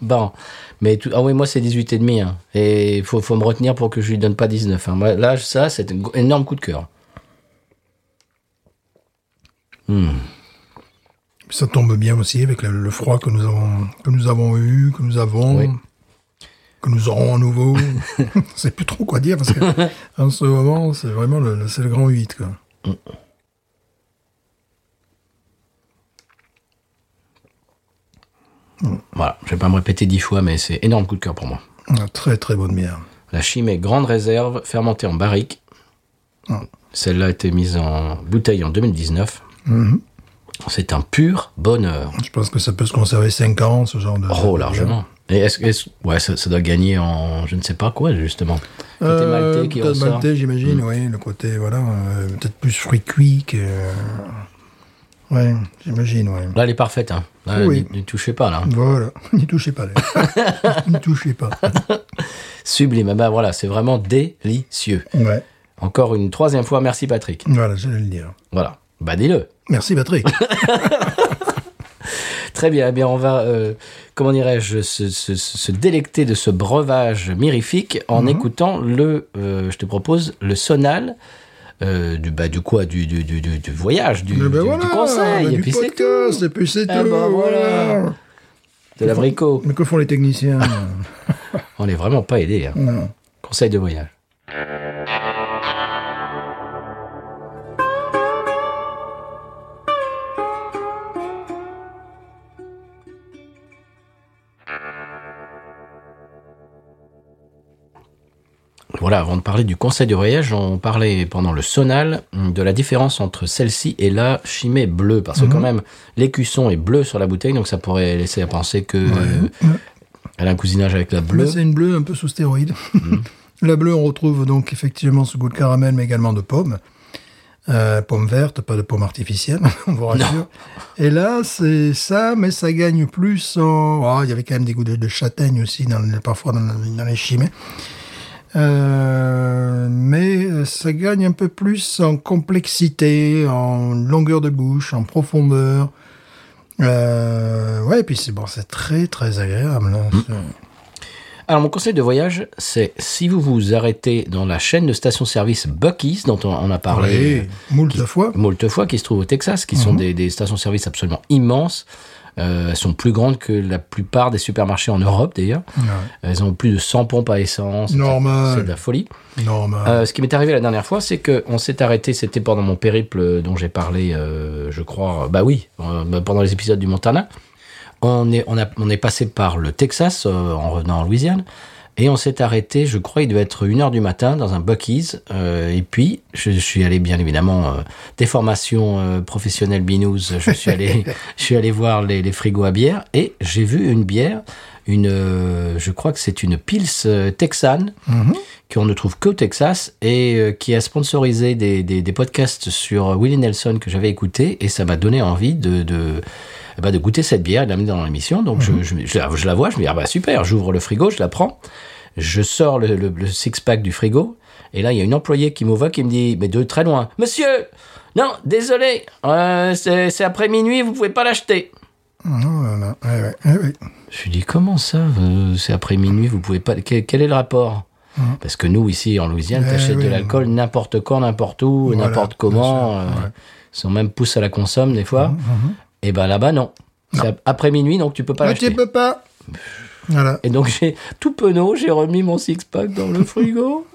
A: Bon, mais tout- ah oui, moi c'est 18 et demi. hein. Et il faut, faut me retenir pour que je lui donne pas 19. hein. Moi, là, ça, c'est un gros- énorme coup de cœur.
B: Ça tombe bien aussi avec le, le froid que nous, avons, que nous avons eu, que nous avons,
A: Oui.
B: que nous aurons à nouveau. c'est plus trop quoi dire parce que en ce moment, c'est vraiment le, le- c'est le grand 8. Quoi.
A: Voilà, je vais pas me répéter dix fois, mais c'est énorme coup de cœur pour moi.
B: Une Ah, très très bonne bière.
A: La chimée grande réserve, fermentée en barrique.
B: Mm.
A: Celle-là a été mise en bouteille en 2019.
B: Mhm.
A: C'est un pur bonheur.
B: Je pense que ça peut se conserver 5 ans, ce genre de.
A: Oh, largement. Et est-ce est-ce- ouais, ça, ça doit gagner en je ne sais pas quoi, justement. Côté
B: Euh,
A: maltais qui
B: peut-être
A: ressort. Mm.
B: maltais, j'imagine, oui. Le côté, voilà, euh, peut-être plus fruit cuit que. euh, Ouais, j'imagine, ouais.
A: Là, elle est parfaite. Hein. Là,
B: Oui.
A: ne, ne touchez pas, là.
B: Voilà, n'y touchez pas. d'ailleurs. N'y touchez pas.
A: Sublime. Ah ben voilà, c'est vraiment délicieux.
B: Ouais,
A: Encore une troisième fois, merci Patrick.
B: voilà, j'allais le dire.
A: Voilà. Bah dis-le.
B: Merci Patrick.
A: Très bien. Eh bien, on va, euh, comment dirais-je, se, se- se délecter de ce
B: Mhm.
A: breuvage mirifique en écoutant le, euh, je te propose, le sonal euh, du, bah, du quoi du, du, du, du- du voyage, du,
B: Mais ben
A: du-
B: voilà,
A: du conseil,
B: ben
A: et
B: du
A: puis c'est
B: podcast,
A: tout.
B: et puis c'est
A: Ah
B: tout,
A: ben voilà.
B: voilà.
A: De l'abricot.
B: Mais que font les techniciens euh,
A: On n'est vraiment pas aidé. hein.
B: Non.
A: Conseil de voyage. Voilà, avant de parler du conseil de voyage, on parlait pendant le sonal hum, de la différence entre celle-ci et la chimée bleue. Parce que quand même, l'écusson est bleu sur la bouteille, donc ça pourrait laisser à penser que euh, elle a un cousinage avec la bleue. Mhm.
B: Là, c'est une bleue un peu sous stéroïde. La bleue, on retrouve donc effectivement ce goût de caramel, mais également de pomme. Euh, pomme verte, pas de pomme artificielle, on vous rassure. Et là, c'est ça, mais ça gagne plus en... oh, il y avait quand même des goûts de, de châtaigne aussi, dans, le- parfois dans, le- dans les chimées. Euh, mais ça gagne un peu plus en complexité, en longueur de bouche, en profondeur. Euh, ouais, et puis c'est bon, c'est très très agréable. hein.
A: Mm.
B: C'est-
A: Alors, mon conseil de voyage, c'est si vous vous arrêtez dans la chaîne de stations-service Bucky's, dont on, on a parlé
B: Ouais, moult fois.
A: moult fois, qui se trouve au Texas, qui sont des, des stations-service absolument immenses. Euh, elles sont plus grandes que la plupart des supermarchés en Europe, d'ailleurs. Elles ont plus de 100 pompes à essence.
B: Normal.
A: C'est de la folie.
B: Normal.
A: Euh, ce qui m'est arrivé la dernière fois, c'est que on s'est arrêté, c'était pendant mon périple euh, dont j'ai parlé, euh, je crois, euh, bah oui, euh, bah, pendant les épisodes du Montana. On est, on a- on est passé par le Texas euh, en revenant en Louisiane. Et on s'est arrêté, je crois, il devait être 1h du matin dans un Bucky's. euh, et puis, je, je suis allé, bien évidemment, euh, des formations euh, professionnelles binous. Je suis allé, je suis allé voir les, les frigos à bière et j'ai vu une bière, une, euh, je crois que c'est une Pils euh, texane qu'on ne trouve qu'au Texas et euh, qui a sponsorisé des, des- des podcasts sur euh, Willie Nelson que j'avais écouté et ça m'a donné envie de, de, eh ben, de goûter cette bière et de l'amener dans l'émission. Donc je- je, je la- je la vois, je me dis ah bah super, j'ouvre le frigo, je la prends, je sors le, le- le six-pack du frigo et là il y a une employée qui me voit qui me dit mais de très loin, monsieur, non, désolé, euh, c'est c'est après minuit, vous pouvez pas l'acheter.
B: Non, non, non. Ouais, ouais, ouais, ouais.
A: Je lui dis comment ça euh, C'est après minuit, vous pouvez pas. Quel, quel est le rapport Parce que nous ici en Louisiane,
B: Mmh. Eh
A: t'achètes
B: oui.
A: de l'alcool n'importe quand, n'importe où,
B: Voilà,
A: n'importe
B: bien
A: comment.
B: sûr,
A: euh,
B: ouais. Mmh,
A: Sans même pousse à la consomme des fois. Et ben là-bas non. C'est ap- après minuit, donc tu peux pas
B: Ah,
A: l'acheter.
B: tu peux pas. Voilà,
A: Et donc j'ai tout penaud, j'ai remis mon six pack dans le frigo.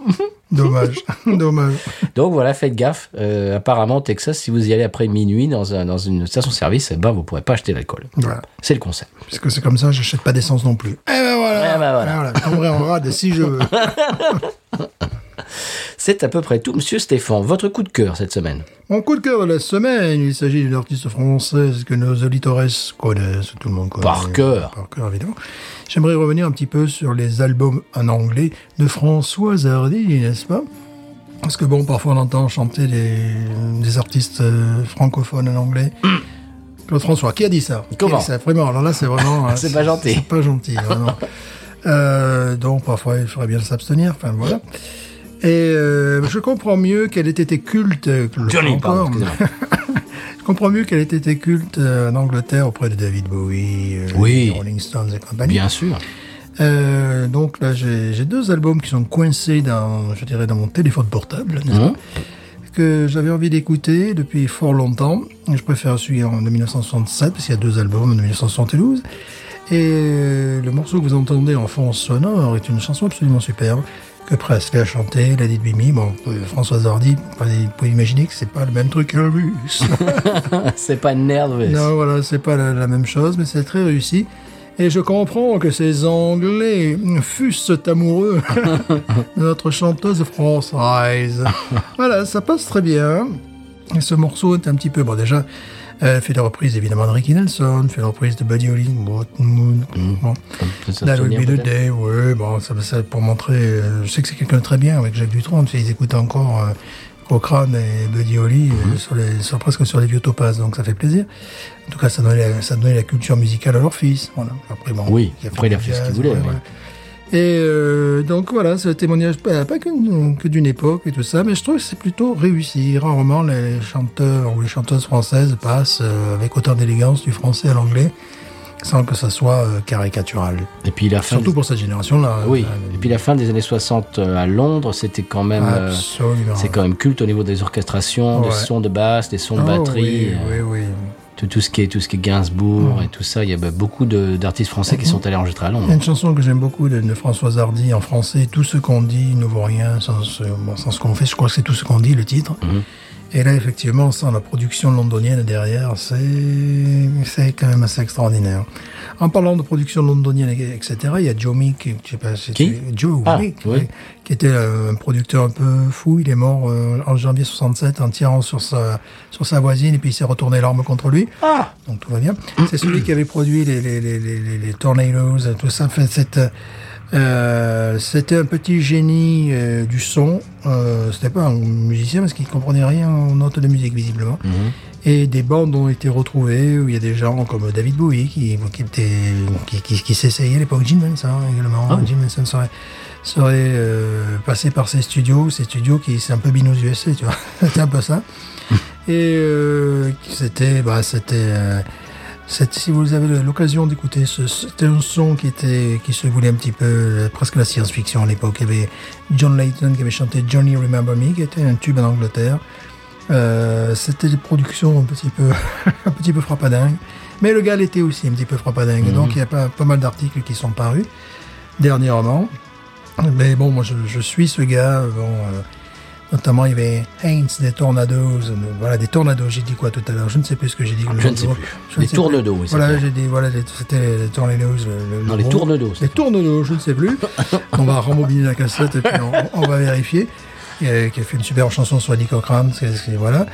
B: dommage, dommage.
A: Donc voilà, faites gaffe. Euh, apparemment, au Texas, si vous y allez après minuit dans, un- dans une station-service, eh ben vous pourrez pas acheter l'alcool.
B: Voilà.
A: C'est le conseil.
B: Puisque c'est comme ça, j'achète pas d'essence non plus. Eh ben voilà.
A: Eh ben voilà.
B: Je tomberai en rade si je veux.
A: C'est à peu près tout, Monsieur Stéphane. Votre coup de cœur cette semaine.
B: Mon coup de cœur de la semaine, il s'agit d'une artiste française que nos auditeurs connaissent, tout le monde connaît.
A: Par cœur.
B: Par cœur, évidemment. J'aimerais revenir un petit peu sur les albums en anglais de Françoise Hardy, n'est-ce pas Parce que bon, parfois on entend chanter des, des artistes euh, francophones en anglais. Claude François, qui a dit ça Qui a
A: Mm. Comment
B: dit ça Vraiment, alors là c'est vraiment... hein,
A: C'est pas gentil.
B: C'est pas gentil, vraiment. Euh, donc parfois il faudrait bien s'abstenir, enfin voilà. Et euh, je comprends mieux qu'elle ait été culte. euh, que le
A: Johnny, pardon,
B: encore, mais-
A: excusez-moi.
B: je comprends mieux qu'elle ait été culte euh, en Angleterre auprès de David Bowie, euh,
A: Oui.
B: des Rolling Stones et compagnie.
A: Bien sûr.
B: Euh, donc là, j'ai j'ai deux albums qui sont coincés dans, je dirais, dans mon téléphone portable, n'est-ce pas, que j'avais envie d'écouter depuis fort longtemps. Je préfère celui en de 1967 parce qu'il y a deux albums de 1972. Et euh, le morceau que vous entendez en fond sonore est une chanson absolument superbe que Presley a chantée, Lady Bimmy, bon, euh, Françoise Hardy, vous pouvez imaginer que c'est pas le même truc que le russe.
A: C'est pas nerveux.
B: Non, voilà, c'est pas la, la même chose, mais c'est très réussi. Et je comprends que ces Anglais fussent amoureux de notre chanteuse française. voilà, ça passe très bien. Et ce morceau est un petit peu... Bon, déjà, elle fait la reprise évidemment de Ricky Nelson, fait la reprise de Buddy Holly, What Moon, bon. That Will Be The Day, ouais, bon, ça, ça, pour montrer... euh, je sais que c'est quelqu'un de très bien avec Jacques Dutronc, ils écoutent encore... euh, Cochrane et Buddy Holly
A: Mhm.
B: euh, sur les, sur, presque sur les vieux topaz, donc ça fait plaisir. En tout cas, ça donnait la, ça donnait la culture musicale à leur fils. Voilà. Après, bon,
A: Oui,
B: a fait
A: après, il a
B: du
A: fait ce
B: jazz,
A: qu'il voulait,
B: ouais,
A: oui.
B: ouais. Et euh, donc voilà, c'est un témoignage bah, pas, pas qu'une- que d'une époque et tout ça, mais je trouve que c'est plutôt réussi. Rarement les chanteurs ou les chanteuses françaises passent euh, avec autant d'élégance du français à l'anglais. sans que ça soit euh, caricatural.
A: Et puis la fin.
B: Surtout pour cette génération-là.
A: Oui.
B: Euh,
A: Et puis la fin des années 60 euh, à Londres, c'était quand même. euh,
B: absolument.
A: c'est quand même culte au niveau des orchestrations, des
B: Ouais.
A: sons de basse, des sons de
B: Oh,
A: batterie,
B: oui,
A: euh,
B: oui, oui. Mm.
A: Tout, tout ce qui est tout ce qui est Gainsbourg et tout ça. Il y a bah, beaucoup de- d'artistes français qui sont allés enregistrer à
B: Il y a
A: Londres.
B: une chanson que j'aime beaucoup de, de Françoise Hardy en français, Tout ce qu'on dit ne vaut rien sans ce, bon, sans ce qu'on fait, je crois que c'est Tout ce qu'on dit, le titre.
A: Mhm.
B: Et là, effectivement, sans la production londonienne derrière, c'est c'est quand même assez extraordinaire. En parlant de production londonienne, et- etc., il y a Joe Meek, je sais pas si
A: Qui
B: tu- Joe
A: Ah,
B: Meek,
A: oui.
B: oui, qui était euh, un producteur un peu fou. Il est mort euh, en janvier 67 en tirant sur sa, sur sa voisine et puis il s'est retourné l'arme contre lui.
A: Ah
B: Donc tout va bien. C'est celui qui avait produit les, les, les, les, les- les Tornadoes, et tout ça. Enfin, c'est, euh, euh, c'était un petit génie euh, du son. Euh, c'était pas un musicien parce qu'il comprenait rien aux notes de musique visiblement.
A: Mhm.
B: Et des bandes ont été retrouvées où il y a des gens comme David Bowie qui qui était- qui, qui, qui s'essayait à l'époque. Jim Henson également.
A: Ah oui.
B: Jim Henson serait serait euh, passé par ces studios, ces studios qui c'est un peu binous USA, tu vois, c'est un peu ça. Et euh, c'était, bah, c'était, euh, c'est- si vous avez l'occasion d'écouter, ce- c'était un son qui était, qui se voulait un petit peu euh, presque la science-fiction à l'époque. Il y avait John Layton qui avait chanté Johnny Remember Me, qui était un tube en Angleterre. Euh, c'était des productions un petit peu, un petit peu frappadingue. Mais le gars l'était aussi un petit peu frappadingue.
A: Mhm.
B: Donc il y a pas, pas mal d'articles qui sont parus dernièrement. Mais bon, moi je, je suis ce gars. Bon, euh, notamment, il y avait Heinz des Tornadoes. euh, Voilà, des Tornadoes, j'ai dit quoi tout à l'heure Je ne sais plus ce que j'ai dit.
A: Ah, Je ne sais plus.
B: Mm. Je ne
A: Des
B: sais
A: tournes d'eau, oui.
B: Voilà,
A: c'est
B: j'ai dit, voilà, les- c'était les Tornadoes. le- le-
A: Non,
B: le
A: les
B: groupe.
A: tournes d'eau.
B: Les tournedos, je ne sais plus. on va rembobiner la cassette et puis on, on va vérifier. Et, euh, qui a fait une superbe chanson sur Nico Cochrane, c'est- c'est- voilà.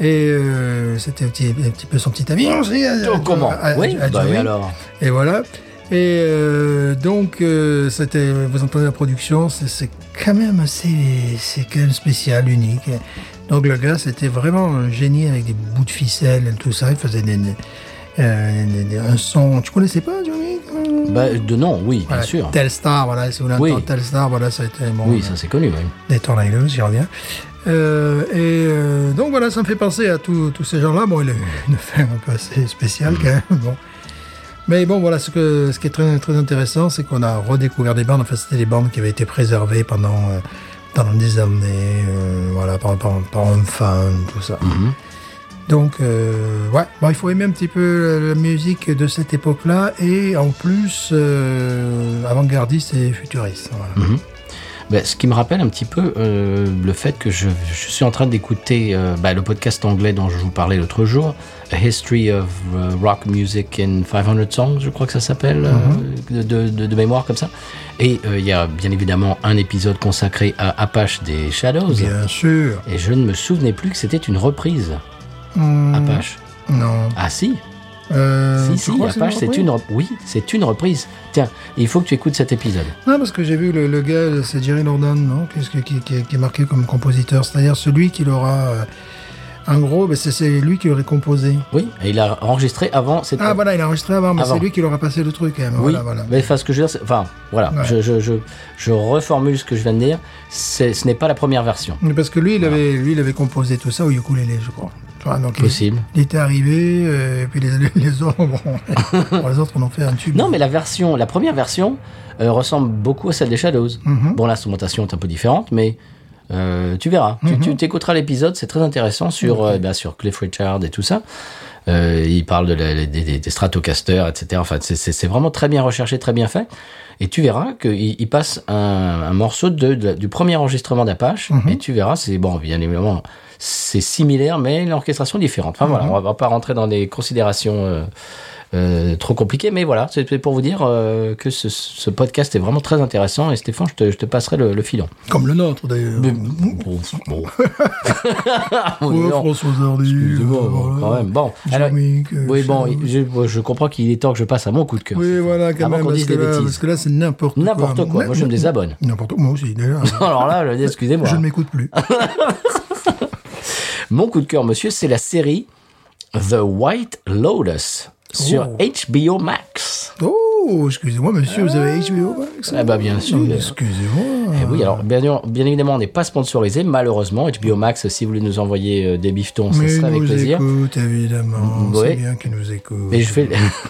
B: Et euh, c'était un petit, un petit peu son petit ami aussi. à- à-
A: Oh, Comment
B: à- à-
A: Oui,
B: à
A: bah, et
B: Johnny.
A: alors
B: Et voilà. Et euh, donc, euh, c'était, vous entendez la production, c'est- c'est quand même assez, c'est quand même spécial, unique. Donc le gars, c'était vraiment un génie avec des bouts de ficelle et tout ça. Il faisait des, des- euh, des- des- un son. Tu connaissais pas, Johnny
A: Bah, de non, oui, bien
B: Voilà,
A: sûr.
B: Telstar, voilà, si vous voulez
A: Oui.
B: entendre Telstar, voilà, ça a été mon
A: Oui, ça c'est connu, oui.
B: des Tornadoes, j'y reviens. Euh, et euh, donc voilà, ça me fait penser à tous tous ces gens-là. Bon, il a eu une fin un peu assez spéciale quand même. Bon. Mais bon, voilà, ce, que, ce qui est très, très intéressant, c'est qu'on a redécouvert des bandes. Enfin, c'était des bandes qui avaient été préservées pendant, euh, pendant des années, euh, voilà, par, par, par un fan, tout ça.
A: Mm-hmm.
B: Donc, euh, ouais, bon, il faut aimer un petit peu la, la musique de cette époque-là et en plus euh, avant-gardiste et futuriste. Voilà.
A: Ben, ce qui me rappelle un petit peu euh, le fait que je, je suis en train d'écouter euh, ben, le podcast anglais dont je vous parlais l'autre jour, A History of euh, Rock Music in 500 Songs, je crois que ça s'appelle, euh,
B: Mhm.
A: de, de- de mémoire comme ça. Et euh, il y a bien évidemment un épisode consacré à Apache des Shadows.
B: Bien sûr.
A: Et je ne me souvenais plus que c'était une reprise,
B: Hmm,
A: Apache.
B: Non.
A: Ah si,
B: Euh,
A: si,
B: tu
A: si,
B: crois que c'est
A: Apache, c'est
B: reprise
A: une, rep- Oui, c'est une reprise. Tiens, il faut que tu écoutes cet épisode.
B: Non, parce que j'ai vu le, le gars, c'est Jerry London, non Qu'est-ce que- qui, qui- qui est marqué comme compositeur C'est-à-dire celui qui l'aura. euh, en gros, ben, c'est- c'est lui qui l'aurait composé.
A: Oui, et il a enregistré avant cette
B: Ah voilà, il a enregistré avant, mais
A: Avant.
B: c'est lui qui l'aura passé le truc quand même.
A: Oui,
B: Voilà, voilà.
A: mais enfin, ce que je veux dire, c'est- enfin, voilà,
B: Ouais.
A: je, je, je, je reformule ce que je viens de dire. C'est, ce n'est pas la première version.
B: Mais Parce que lui, il avait, lui, il avait composé tout ça au ukulélé, je crois. Tu vois, donc il-
A: Possible.
B: Il, était arrivé, euh, et puis les, les- les autres, bon, bon, les autres, on en fait un tube.
A: Non, mais la version, la première version euh, ressemble beaucoup à celle des Shadows. Bon, l'instrumentation est un peu différente, mais euh, tu verras. Tu- Tu, t'écouteras l'épisode, c'est très intéressant sur, euh, bah, sur Cliff Richard et tout ça. Euh, il parle de la- des, des- des Stratocaster, etc. Enfin, c'est, c'est- c'est vraiment très bien recherché, très bien fait. Et tu verras qu'il il passe un, un morceau de, de- du premier enregistrement d'Apache. Et tu verras, c'est bon, bien évidemment, c'est similaire, mais l'orchestration est différente. Enfin voilà, on va pas rentrer dans des considérations euh, euh, trop compliquées, mais voilà, c'est pour vous dire euh, que ce, ce podcast est vraiment très intéressant. Et Stéphane, je te, je te passerai le, le filon.
B: Comme le nôtre, d'ailleurs.
A: Bon, bon. On est
B: Ouais,
A: en-
B: François Hardy,
A: excusez-moi,
B: euh,
A: bon, quand
B: voilà. euh,
A: même. Bon,
B: Jimmy,
A: alors,
B: que-
A: oui, bon,
B: Shadows.
A: je, je comprends qu'il est temps que je passe à mon coup de cœur.
B: Oui,
A: Stéphane,
B: voilà, quand
A: avant
B: même,
A: qu'on
B: parce
A: dise
B: que,
A: des
B: là,
A: bêtises.
B: parce que là, c'est n'importe quoi.
A: N'importe quoi. Moi, je me désabonne.
B: N'importe quoi, moi aussi, déjà.
A: Alors là, je- excusez-moi.
B: je ne m'écoute plus.
A: Mon coup de cœur, monsieur, c'est la série The White Lotus sur
B: Oh.
A: HBO Max.
B: Oh, excusez-moi, monsieur, vous avez HBO Max
A: Ah bah, bien sûr.
B: Oui, Excusez-moi.
A: Eh oui, alors bien, bien évidemment, on n'est pas sponsorisé, malheureusement. HBO Max, si vous voulez nous envoyer euh, des biftons, ce
B: Mais
A: serait
B: il
A: avec
B: nous
A: plaisir. Mm,
B: écoute, évidemment.
A: Oui.
B: C'est bien qu'il nous écoute.
A: Mais je fais.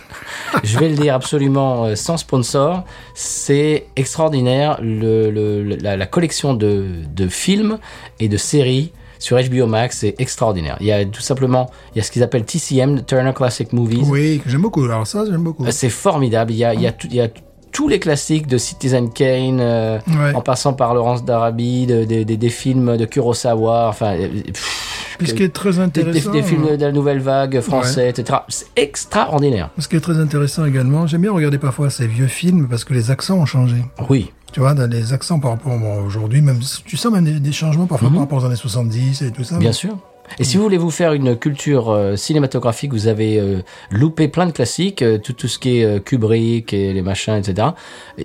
A: Je vais le dire absolument euh, sans sponsor. C'est extraordinaire le- le- le- la, la collection de, de films et de séries sur HBO Max. C'est extraordinaire. Il y a tout simplement il y a ce qu'ils appellent TCM, Turner Classic Movies.
B: Oui, que j'aime beaucoup. Alors ça, j'aime beaucoup.
A: Euh, C'est formidable. Il y a, il y a tout- il y a tous les classiques de Citizen Kane, euh,
B: Ouais.
A: en passant par Laurence d'Arabie, de- de- de- des films de Kurosawa, enfin, euh, pff,
B: Puis ce qui est très
A: des, des-
B: intéressant. euh, hein.
A: des films de la nouvelle vague français, etc. C'est extraordinaire.
B: Ce qui est très intéressant également, j'aime bien regarder parfois ces vieux films parce que les accents ont changé.
A: Oui,
B: Tu vois, dans les accents par rapport bon, aujourd'hui, même tu sens même des, des changements parfois par rapport aux années 70 et tout ça.
A: Mm-hmm. bien sûr. Et si vous voulez vous faire une culture euh, cinématographique, vous avez euh, loupé plein de classiques, euh, tout, tout ce qui est euh, Kubrick et les machins, etc.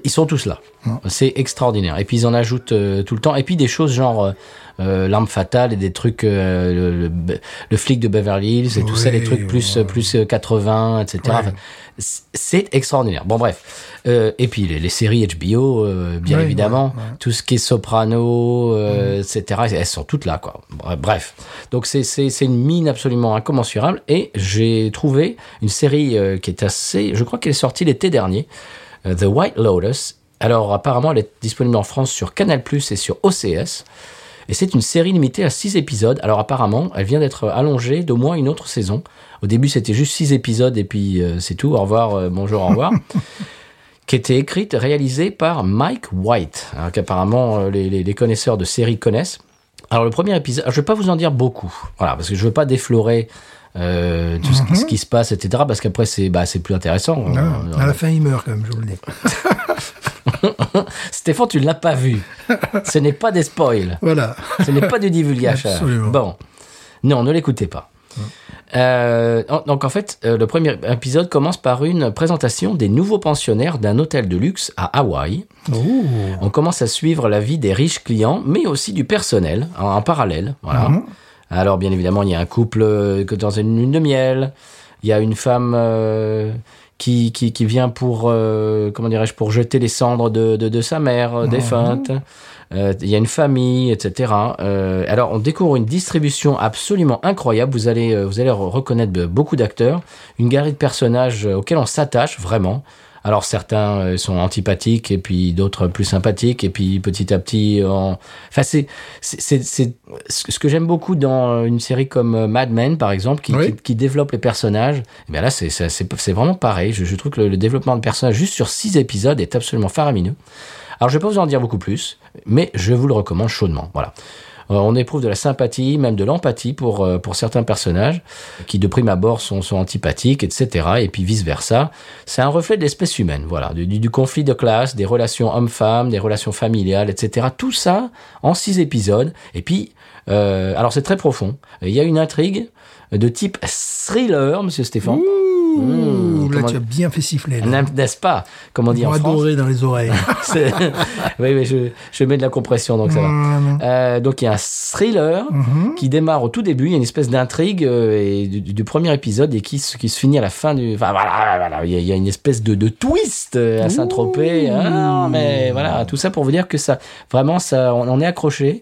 A: Ils sont tous là. C'est extraordinaire. Et puis ils en ajoutent euh, tout le temps. Et puis des choses genre euh, euh, l'arme fatale et des trucs, euh, le, le- le flic de Beverly Hills et tout
B: Oui,
A: ça, des trucs plus
B: ouais.
A: plus euh, 80, etc.
B: Ouais.
A: Enfin, c- c'est extraordinaire. Bon bref. Euh, et puis les, les séries HBO, euh, bien
B: Oui,
A: évidemment,
B: ouais, Mm. ouais.
A: tout ce qui est soprano, euh, etc. Elles sont toutes là, quoi. Bref. Donc c'est c'est c'est une mine absolument incommensurable. Et j'ai trouvé une série euh, qui est assez, je crois qu'elle est sortie l'été dernier, euh, The White Lotus. Alors apparemment, elle est disponible en France sur Canal+ et sur OCS. Et c'est une série limitée à 6 épisodes. Alors apparemment, elle vient d'être allongée d'au moins une autre saison. Au début, c'était juste 6 épisodes et puis euh, c'est tout. Au revoir, euh, bonjour, au revoir. qui était écrite, réalisée par Mike White, hein, qu'apparemment euh, les, les- les connaisseurs de séries connaissent. Alors le premier épisode, je ne vais pas vous en dire beaucoup, voilà, parce que je ne veux pas déflorer euh, tout ce, qui- ce qui se passe, etc. Parce qu'après, c'est bah, c'est plus intéressant.
B: Ah,
A: Euh,
B: à la fin, il meurt quand même, je vous le dis.
A: Stéphane, tu ne l'as pas vu. Ce n'est pas des spoils.
B: Voilà.
A: Ce n'est pas du divulgage.
B: Absolument.
A: Bon. Non, ne l'écoutez pas. Euh, en- donc en fait, euh, le premier épisode commence par une présentation des nouveaux pensionnaires d'un hôtel de luxe à Hawaï. On commence à suivre la vie des riches clients, mais aussi du personnel en, en parallèle. Voilà. Alors bien évidemment, il y a un couple euh, que dans une lune de miel. Il y a une femme euh, qui, qui, qui vient pour euh, comment dirais-je pour jeter les cendres de, de, de sa mère euh, défunte. Euh, Il y a une famille, etc. Euh, alors on découvre une distribution absolument incroyable. Vous allez euh, vous allez re- reconnaître euh, beaucoup d'acteurs, une galerie de personnages euh, auxquels on s'attache vraiment. Alors certains euh, sont antipathiques et puis d'autres plus sympathiques et puis petit à petit on... enfin c'est c'est- c'est c'est ce ce que j'aime beaucoup dans une série comme euh, Mad Men par exemple qui,
B: Oui.
A: qui, qui développe les personnages et bien là c'est c'est c'est- c'est vraiment pareil je, je trouve que le, le développement de personnages juste sur six épisodes est absolument faramineux alors je vais pas vous en dire beaucoup plus mais je vous le recommande chaudement voilà euh, on éprouve de la sympathie, même de l'empathie pour, euh, pour certains personnages qui, de prime abord, sont, sont antipathiques, etc. Et puis vice-versa. C'est un reflet de l'espèce humaine, voilà, du, du- du conflit de classe, des relations hommes-femmes, des relations familiales, etc. Tout ça en six épisodes. Et puis, euh, alors c'est très profond. Il y a une intrigue de type thriller, monsieur Stéphane.
B: Ouh,
A: Mmh,
B: là,
A: comment-
B: tu as bien fait siffler. Là.
A: N'est-ce pas Comment on dit
B: Ils
A: en
B: vont
A: France
B: adorer dans les oreilles.
A: C'est- Oui, mais je, je mets de la compression, donc ça va.
B: Mmh.
A: Euh, donc il y a un thriller
B: Mhm.
A: qui démarre au tout début, il y a une espèce d'intrigue euh, et du, du- du premier épisode et qui, se- qui se finit à la fin du. Enfin voilà, voilà, il y, a- il y a une espèce de, de twist euh, à Saint-Tropez. Ah, non, mais voilà, tout ça pour vous dire que ça, vraiment, ça, on, on est accroché.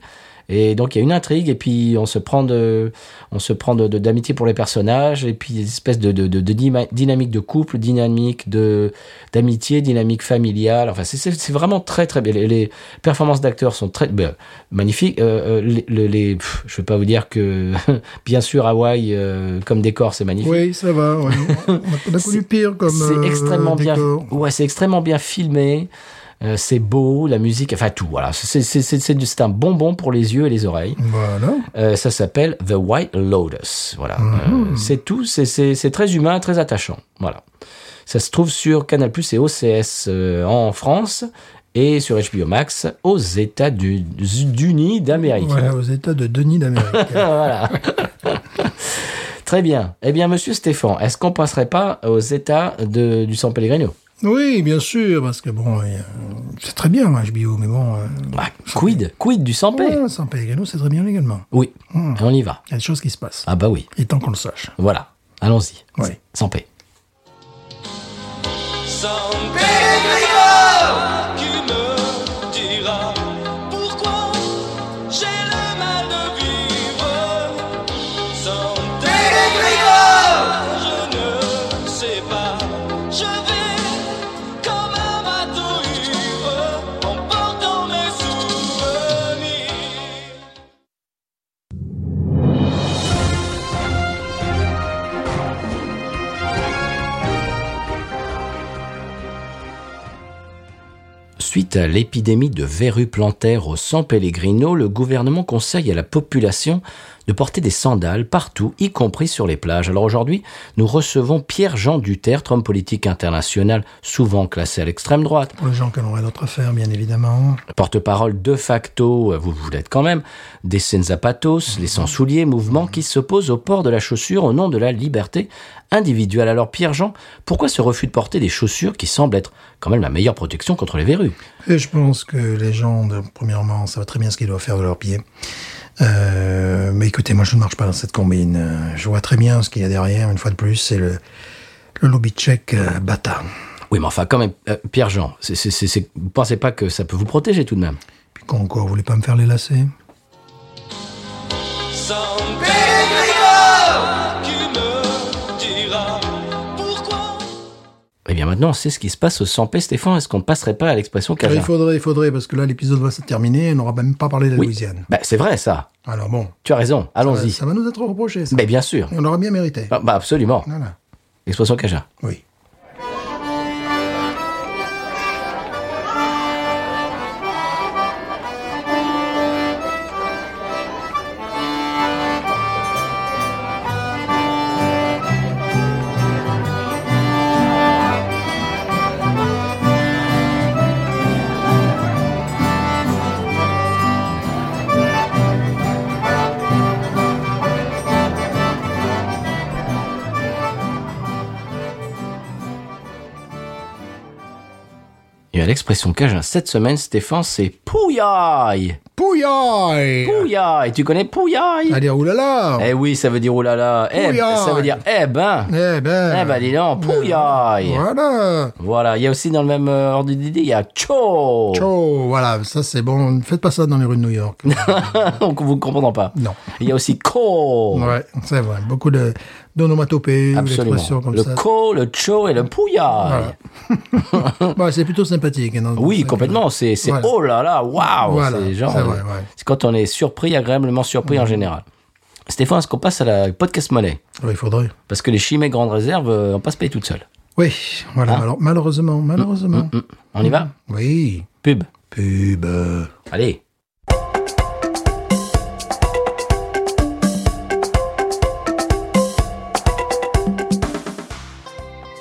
A: Et donc il y a une intrigue et puis on se prend de, on se prend de- de- d'amitié pour les personnages et puis des espèces de, de, de, de dyma- dynamique de couple, dynamique de d'amitié, dynamique familiale. Enfin c'est- c'est c'est vraiment très très bien. Les, les performances d'acteurs sont très ben, magnifiques. Euh, euh, les, les- les- pff, je vais pas vous dire que bien sûr Hawaï euh, comme décor c'est magnifique.
B: Oui, ça va. ouais. On a- on a connu
A: C'est-
B: pire comme.
A: C'est
B: euh,
A: extrêmement bien.
B: décor.
A: Ouais, c'est extrêmement bien filmé. Euh, c'est beau, la musique, enfin tout. Voilà, c'est c'est- c'est- c'est du- c'est un bonbon pour les yeux et les oreilles.
B: Voilà.
A: Euh, ça s'appelle The White Lotus. Voilà,
B: Mhm.
A: Euh, c'est tout. c'est- C'est c'est très humain, très attachant. Voilà. Ça se trouve sur Canal+ et OCS euh, en France et sur HBO Max aux États-Unis d'Amérique.
B: Voilà, aux États de Denis d'Amérique.
A: voilà. Très bien. Eh bien, monsieur Stéphane, est-ce qu'on passerait pas aux États de, du San Pellegrino
B: oui, bien sûr, parce que bon, euh, c'est très bien, HBO, mais bon. euh,
A: Ah, Quid Quid du San Pellegrino
B: ouais, San Pellegrino, c'est très bien également.
A: Oui,
B: Hmm.
A: on y va.
B: Il y a des choses qui se passent.
A: Ah bah oui,
B: Et tant qu'on le sache.
A: voilà. Allons-y.
B: Oui.
A: San Pellegrino.
D: San Pellegrino qui me dira pourquoi j'ai le mal de vivre. San Pellegrino, je ne sais pas, je
A: Suite à l'épidémie de verrues plantaires au San Pellegrino, le gouvernement conseille à la population de porter des sandales partout, y compris sur les plages. Alors aujourd'hui, nous recevons Pierre-Jean Dutertre, homme politique international souvent classé à l'extrême droite,
B: Pour les gens que l'on a d'autres affaires, bien évidemment.
A: porte-parole de facto, euh, vous vous l'êtes quand même, des Senzapatos, les sans-souliers, mouvement qui s'oppose au port de la chaussure au nom de la liberté individuelle. Alors Pierre-Jean, pourquoi ce refus de porter des chaussures qui semblent être quand même la meilleure protection contre les verrues
B: Et je pense que les gens, de- premièrement, savent très bien ce qu'ils doivent faire de leurs pieds. Euh, mais écoutez, moi, je ne marche pas dans cette combine. Euh, Je vois très bien ce qu'il y a derrière, une fois de plus, c'est le, le lobby tchèque euh, bata.
A: Oui, mais enfin quand même, euh, Pierre-Jean, c'est- c'est- c'est- c'est- vous ne pensez pas que ça peut vous protéger tout de même
B: Puis quand encore, vous voulez pas me faire les lacets
D: San Pellegrino, tu me diras pourquoi
A: Eh bien maintenant, on sait ce qui se passe au 100p, Stéphane, est-ce qu'on ne passerait pas à l'expression
B: Il
A: Cajun
B: faudrait, il faudrait, parce que là, l'épisode va se terminer, on n'aura même pas parlé de la
A: Oui.
B: Louisiane.
A: Bah, C'est vrai ça,
B: Alors bon,
A: tu as raison, allons-y.
B: ça va nous être reproché, ça.
A: Mais bien sûr,
B: On l'aura bien mérité.
A: Ah, bah, absolument,
B: Voilà.
A: l'expression Cajun.
B: Oui.
A: Et à l'expression Cajun cette semaine, Stéphane, c'est Pouyaï
B: Pouillaille
A: Pouyaï Tu connais Pouyaï
B: Allez, oulala
A: Eh oui, ça veut dire oulala. Eh, ben, ça veut dire eh ben.
B: Eh ben
A: Eh ben, dis donc, Pouyaï
B: Voilà
A: Voilà, il y a aussi dans le même euh, ordre d'idée, il y a Cho
B: Ciao Voilà, ça c'est bon. Ne faites pas ça dans les rues de New York.
A: Donc vous ne comprendrez pas.
B: Non.
A: Il y a aussi Ko
B: Ouais, c'est vrai. Beaucoup de d'onomatopées, ou
A: Absolument.
B: d'expressions comme
A: Le
B: ça.
A: Ko, le Cho et le Pouyaï
B: Bah, c'est plutôt sympathique. non
A: Oui,
B: C'est-
A: complètement. C'est c'est-
B: Voilà.
A: oh là là, waouh.
B: Voilà,
A: C'est genre,
B: c'est vrai,
A: euh,
B: ouais. Mm.
A: c'est quand on est surpris, agréablement surpris en général. Stéphane, est-ce qu'on passe à la podcast monnaie
B: Oui, il faudrait.
A: Parce que les chimées grande réserve, euh, on passe payer toute seule.
B: Oui,
A: Ah.
B: voilà. Alors, malheureusement,
A: Mm,
B: malheureusement.
A: On y
B: Mm.
A: va
B: Oui. Ah
A: Pub.
B: Pub.
A: Allez.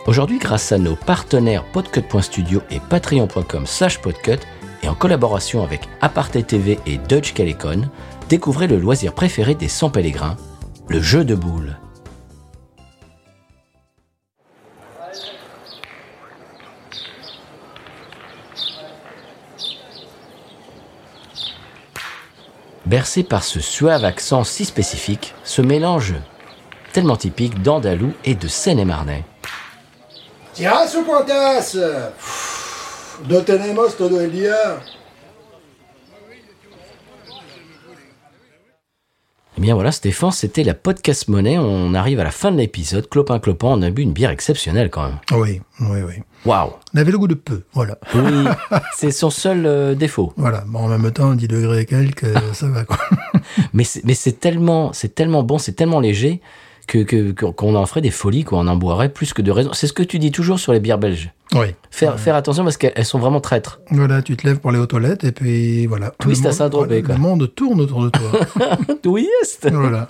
A: Aujourd'hui, grâce à nos partenaires podcut.studio et patreon.com slash podcut, et en collaboration avec Aparté TV et Dutch Calecon, découvrez le loisir préféré des 100 pèlerins, le jeu de boules. Bercé par ce suave accent si spécifique, ce mélange tellement typique d'Andalou et de Seine-et-Marnais.
B: Tiras ou Pontas Do tenemos todo el día.
A: Eh bien voilà, Stéphane, c'était la podcast monnaie. On arrive à la fin de l'épisode. Clopin, clopin, on a bu une bière exceptionnelle quand même.
B: Oui, oui, oui.
A: Waouh
B: On avait le goût de peu, voilà.
A: Oui, c'est son seul euh, défaut.
B: Voilà, bon, en même temps, 10 degrés et quelques, euh, ça va quoi.
A: Mais c'est mais c'est tellement, c'est tellement bon, c'est tellement léger que que- que- qu'on en ferait des folies, qu'on en boirait plus que de raison. C'est ce que tu dis toujours sur les bières belges.
B: Oui.
A: Faire, faire attention parce qu'elles elles sont vraiment traîtres.
B: Voilà, tu te lèves pour aller aux toilettes et puis voilà.
A: Twist
B: Le
A: à
B: monde-
A: Saint-Tropez,
B: voilà,
A: quoi.
B: Le monde tourne autour de toi.
A: Oui, est
B: voilà.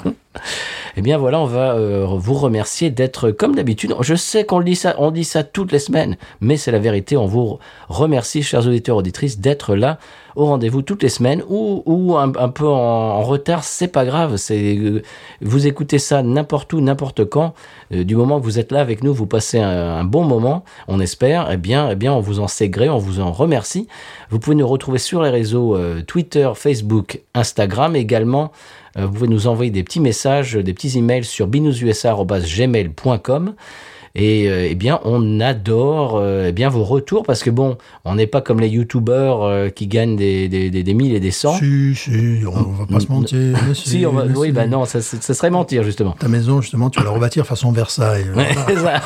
A: Eh bien voilà, on va euh, vous remercier d'être comme d'habitude. Je sais qu'on le dit ça, on dit ça toutes les semaines, mais c'est la vérité. On vous remercie, chers auditeurs auditrices, d'être là au rendez-vous toutes les semaines ou, ou un, un peu en, en retard, c'est pas grave. C'est euh, vous écoutez ça n'importe où, n'importe quand. Euh, du moment que vous êtes là avec nous, vous passez un, un bon moment, on espère. Eh bien, eh bien, on vous en sait gré, on vous en remercie. Vous pouvez nous retrouver sur les réseaux euh, Twitter, Facebook, Instagram également. Euh, vous pouvez nous envoyer des petits messages, euh, des petits emails sur binoususa@gmail.com. Et euh, eh bien, on adore euh, eh bien vos retours parce que bon, on n'est pas comme les youtubeurs euh, qui gagnent des, des, des, des mille et des cents.
B: si, si, on va pas se mentir. mais
A: Hum, Si, on va,
B: mais
A: oui,
B: si.
A: bah non, ça, ça- ça serait mentir justement.
B: Ta maison, justement, tu vas la rebâtir façon Versailles. Ah,
A: Ouais, c'est ça.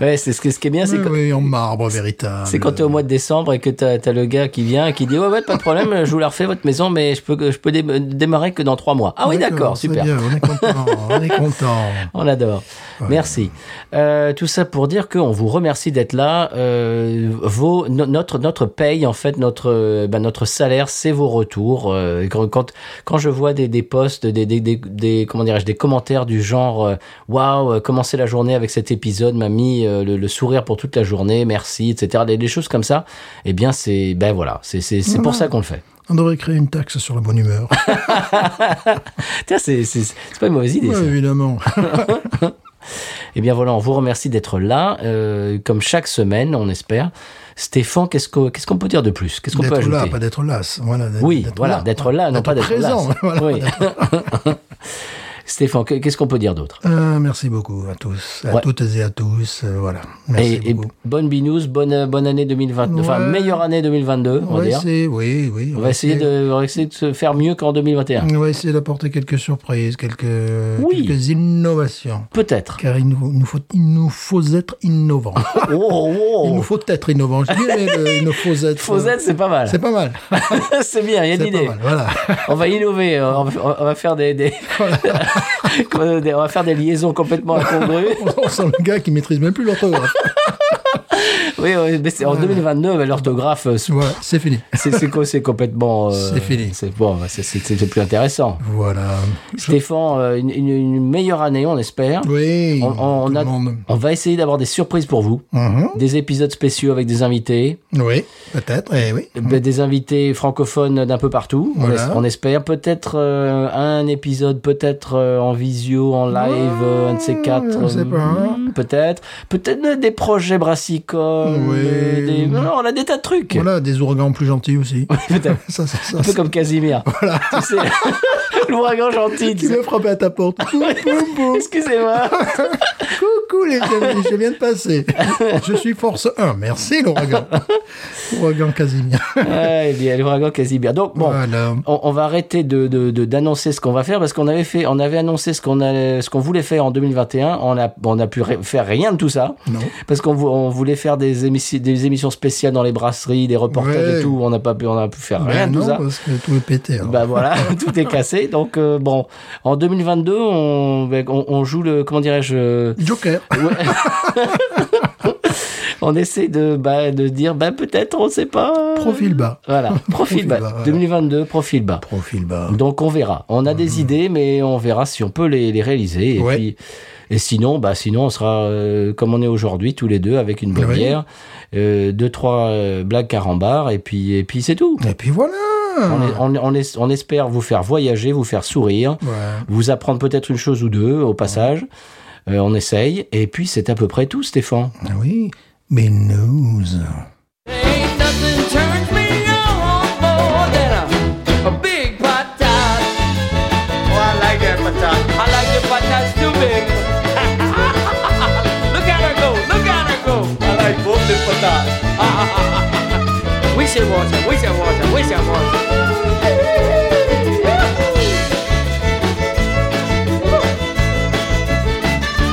A: Ouais, c'est ce, que- ce qui est bien, c'est
B: Oui,
A: quand-
B: oui, en marbre véritable.
A: c'est quand tu es au mois de décembre et que tu as, le gars qui vient et qui dit Ouais, ouais, pas de problème, je vous la refais votre maison, mais je peux, je peux dé- démarrer que dans trois mois. Ah oui, Ah d'accord,
B: c'est
A: super.
B: bien, on est content, on est content.
A: On adore. Merci. Euh, tout ça pour dire qu'on vous remercie d'être là. Euh, vos, no- notre, notre paye, en fait, notre, euh, bah, notre salaire, c'est vos retours. Euh, quand, quand- quand je vois des, des posts, des, des, des, des- comment dirais-je, des commentaires du genre euh, Waouh, euh, commencer la journée avec cet épisode m'a mis euh, le, le sourire pour toute la journée, merci, etc. Des, des choses comme ça, eh bien, c'est ben voilà, c'est c'est- c'est pour ça qu'on le fait.
B: On devrait créer une taxe sur la bonne humeur.
A: Tiens, c'est c'est- c'est pas une mauvaise idée.
B: Ouais,
A: ça.
B: évidemment.
A: Eh bien voilà, on vous remercie d'être là, euh, comme chaque semaine, on espère. Stéphane, qu'est-ce qu'on qu'est-ce qu'on peut dire de plus Qu'est-ce qu'on peut
B: D'être
A: ajouter
B: là, pas d'être las. Voilà, d'être-
A: Oui, voilà, d'être là, non pas d'être
B: présent.
A: là.
B: Voilà.
A: Oui. Stéphane, que- qu'est-ce qu'on peut dire d'autre
B: Euh, merci beaucoup à tous, à
A: Ouais.
B: toutes et à tous. euh, voilà. Merci
A: et, et
B: beaucoup.
A: bonne binous, bonne, euh, bonne année 2022, enfin
B: Ouais.
A: meilleure année 2022, on
B: on
A: va
B: va
A: dire.
B: essayer, oui, oui.
A: On va essayer de, on va essayer de se faire mieux qu'en 2021.
B: On va essayer d'apporter quelques surprises, quelques,
A: Oui.
B: quelques innovations.
A: Peut-être.
B: Car il nous, il nous faut, il nous faut être innovants.
A: Oh,
B: Il
A: oh,
B: nous faut être innovants. Je dirais, le- il nous faut être. euh,
A: Faut être, c'est pas mal.
B: C'est pas mal.
A: C'est bien, il y a de
B: C'est pas
A: l'idée.
B: mal. Voilà.
A: On va innover, euh, on va, on va faire des, des- on va faire des liaisons complètement incongrues.
B: On sent le gars qui maîtrise même plus l'orthographe.
A: Oui, oui, mais c'est en 2029, l'orthographe, euh,
B: Voilà, c'est fini.
A: c'est c'est quoi C'est complètement. euh,
B: C'est fini.
A: C'est bon, bah, c'est- c'est c'est plus intéressant.
B: Voilà.
A: Stéphane, euh, une, une- une meilleure année, on espère.
B: Oui.
A: On, on-
B: tout
A: on a-
B: le monde.
A: on va essayer d'avoir des surprises pour vous,
B: Mhm.
A: des épisodes spéciaux avec des invités,
B: Oui, peut-être. Eh oui.
A: ben, des invités francophones d'un peu partout. On,
B: Voilà.
A: es- on espère peut-être euh, un épisode, peut-être euh, en visio, en live, euh, un de ces quatre.
B: on sait pas, hein.
A: hmm, Peut-être, peut-être des projets brassicoles.
B: Oui.
A: euh, des- non, on a des tas de trucs.
B: Voilà, des ouragans plus gentils aussi.
A: Peut-être.
B: ça, ça, ça.
A: Un peu
B: ça.
A: comme Casimir. Tu sais, l'ouragan gentil. tu
B: Qui
A: sais.
B: veut frapper à ta porte Poum, poum, poum.
A: Excusez-moi.
B: Coucou les amis, je viens de passer. Je suis force 1. Merci l'ouragan. Ouragan Casimir.
A: Ah, eh bien, l'ouragan Casimir. Donc, bon.
B: Voilà.
A: On, on va arrêter de de- de- d'annoncer ce qu'on va faire parce qu'on avait fait, on avait annoncé ce qu'on allait- ce qu'on voulait faire en 2021. On a on a pu ré- faire rien de tout ça
B: Non.
A: parce qu'on vou- on voulait faire des émissions des émissions spéciales dans les brasseries, des reportages
B: Ouais.
A: et tout. On n'a pas pu on a pu faire rien
B: Ben
A: de tout
B: non,
A: ça.
B: parce que tout est pété. hein. alors.
A: Bah voilà, tout est cassé. Donc euh, bon, en 2022, on, ben, on, on joue le comment dirais-je euh,
B: Joker.
A: Ouais. on essaie de, bah, de dire, bah, peut-être, on sait pas.
B: Profil bas.
A: Voilà, profil
B: Profil
A: bas.
B: bas, voilà.
A: 2022, profil bas.
B: Profil bas.
A: Donc on verra. On a des idées, mais on verra si on peut les, les réaliser. Et,
B: Ouais.
A: puis, et sinon, bah, sinon, on sera euh, comme on est aujourd'hui, tous les deux, avec une bonne
B: Ouais.
A: bière, euh, deux, trois euh, blagues carambars, et puis, et puis c'est tout.
B: Et puis voilà.
A: On, est- on, on est- on espère vous faire voyager, vous faire sourire,
B: Ouais.
A: vous apprendre peut-être une chose ou deux au passage. Euh, on essaye. Et puis c'est à peu près tout, Stéphane.
B: Ah Oui. Mais news.
D: Ain't nothing turns me on more than a, a big patat. Oh, I like that patat. I like the patats too big. look at her go, look at her go. I like both the patats. we should watch her, we should watch her, we should watch her.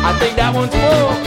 D: I think that one's full.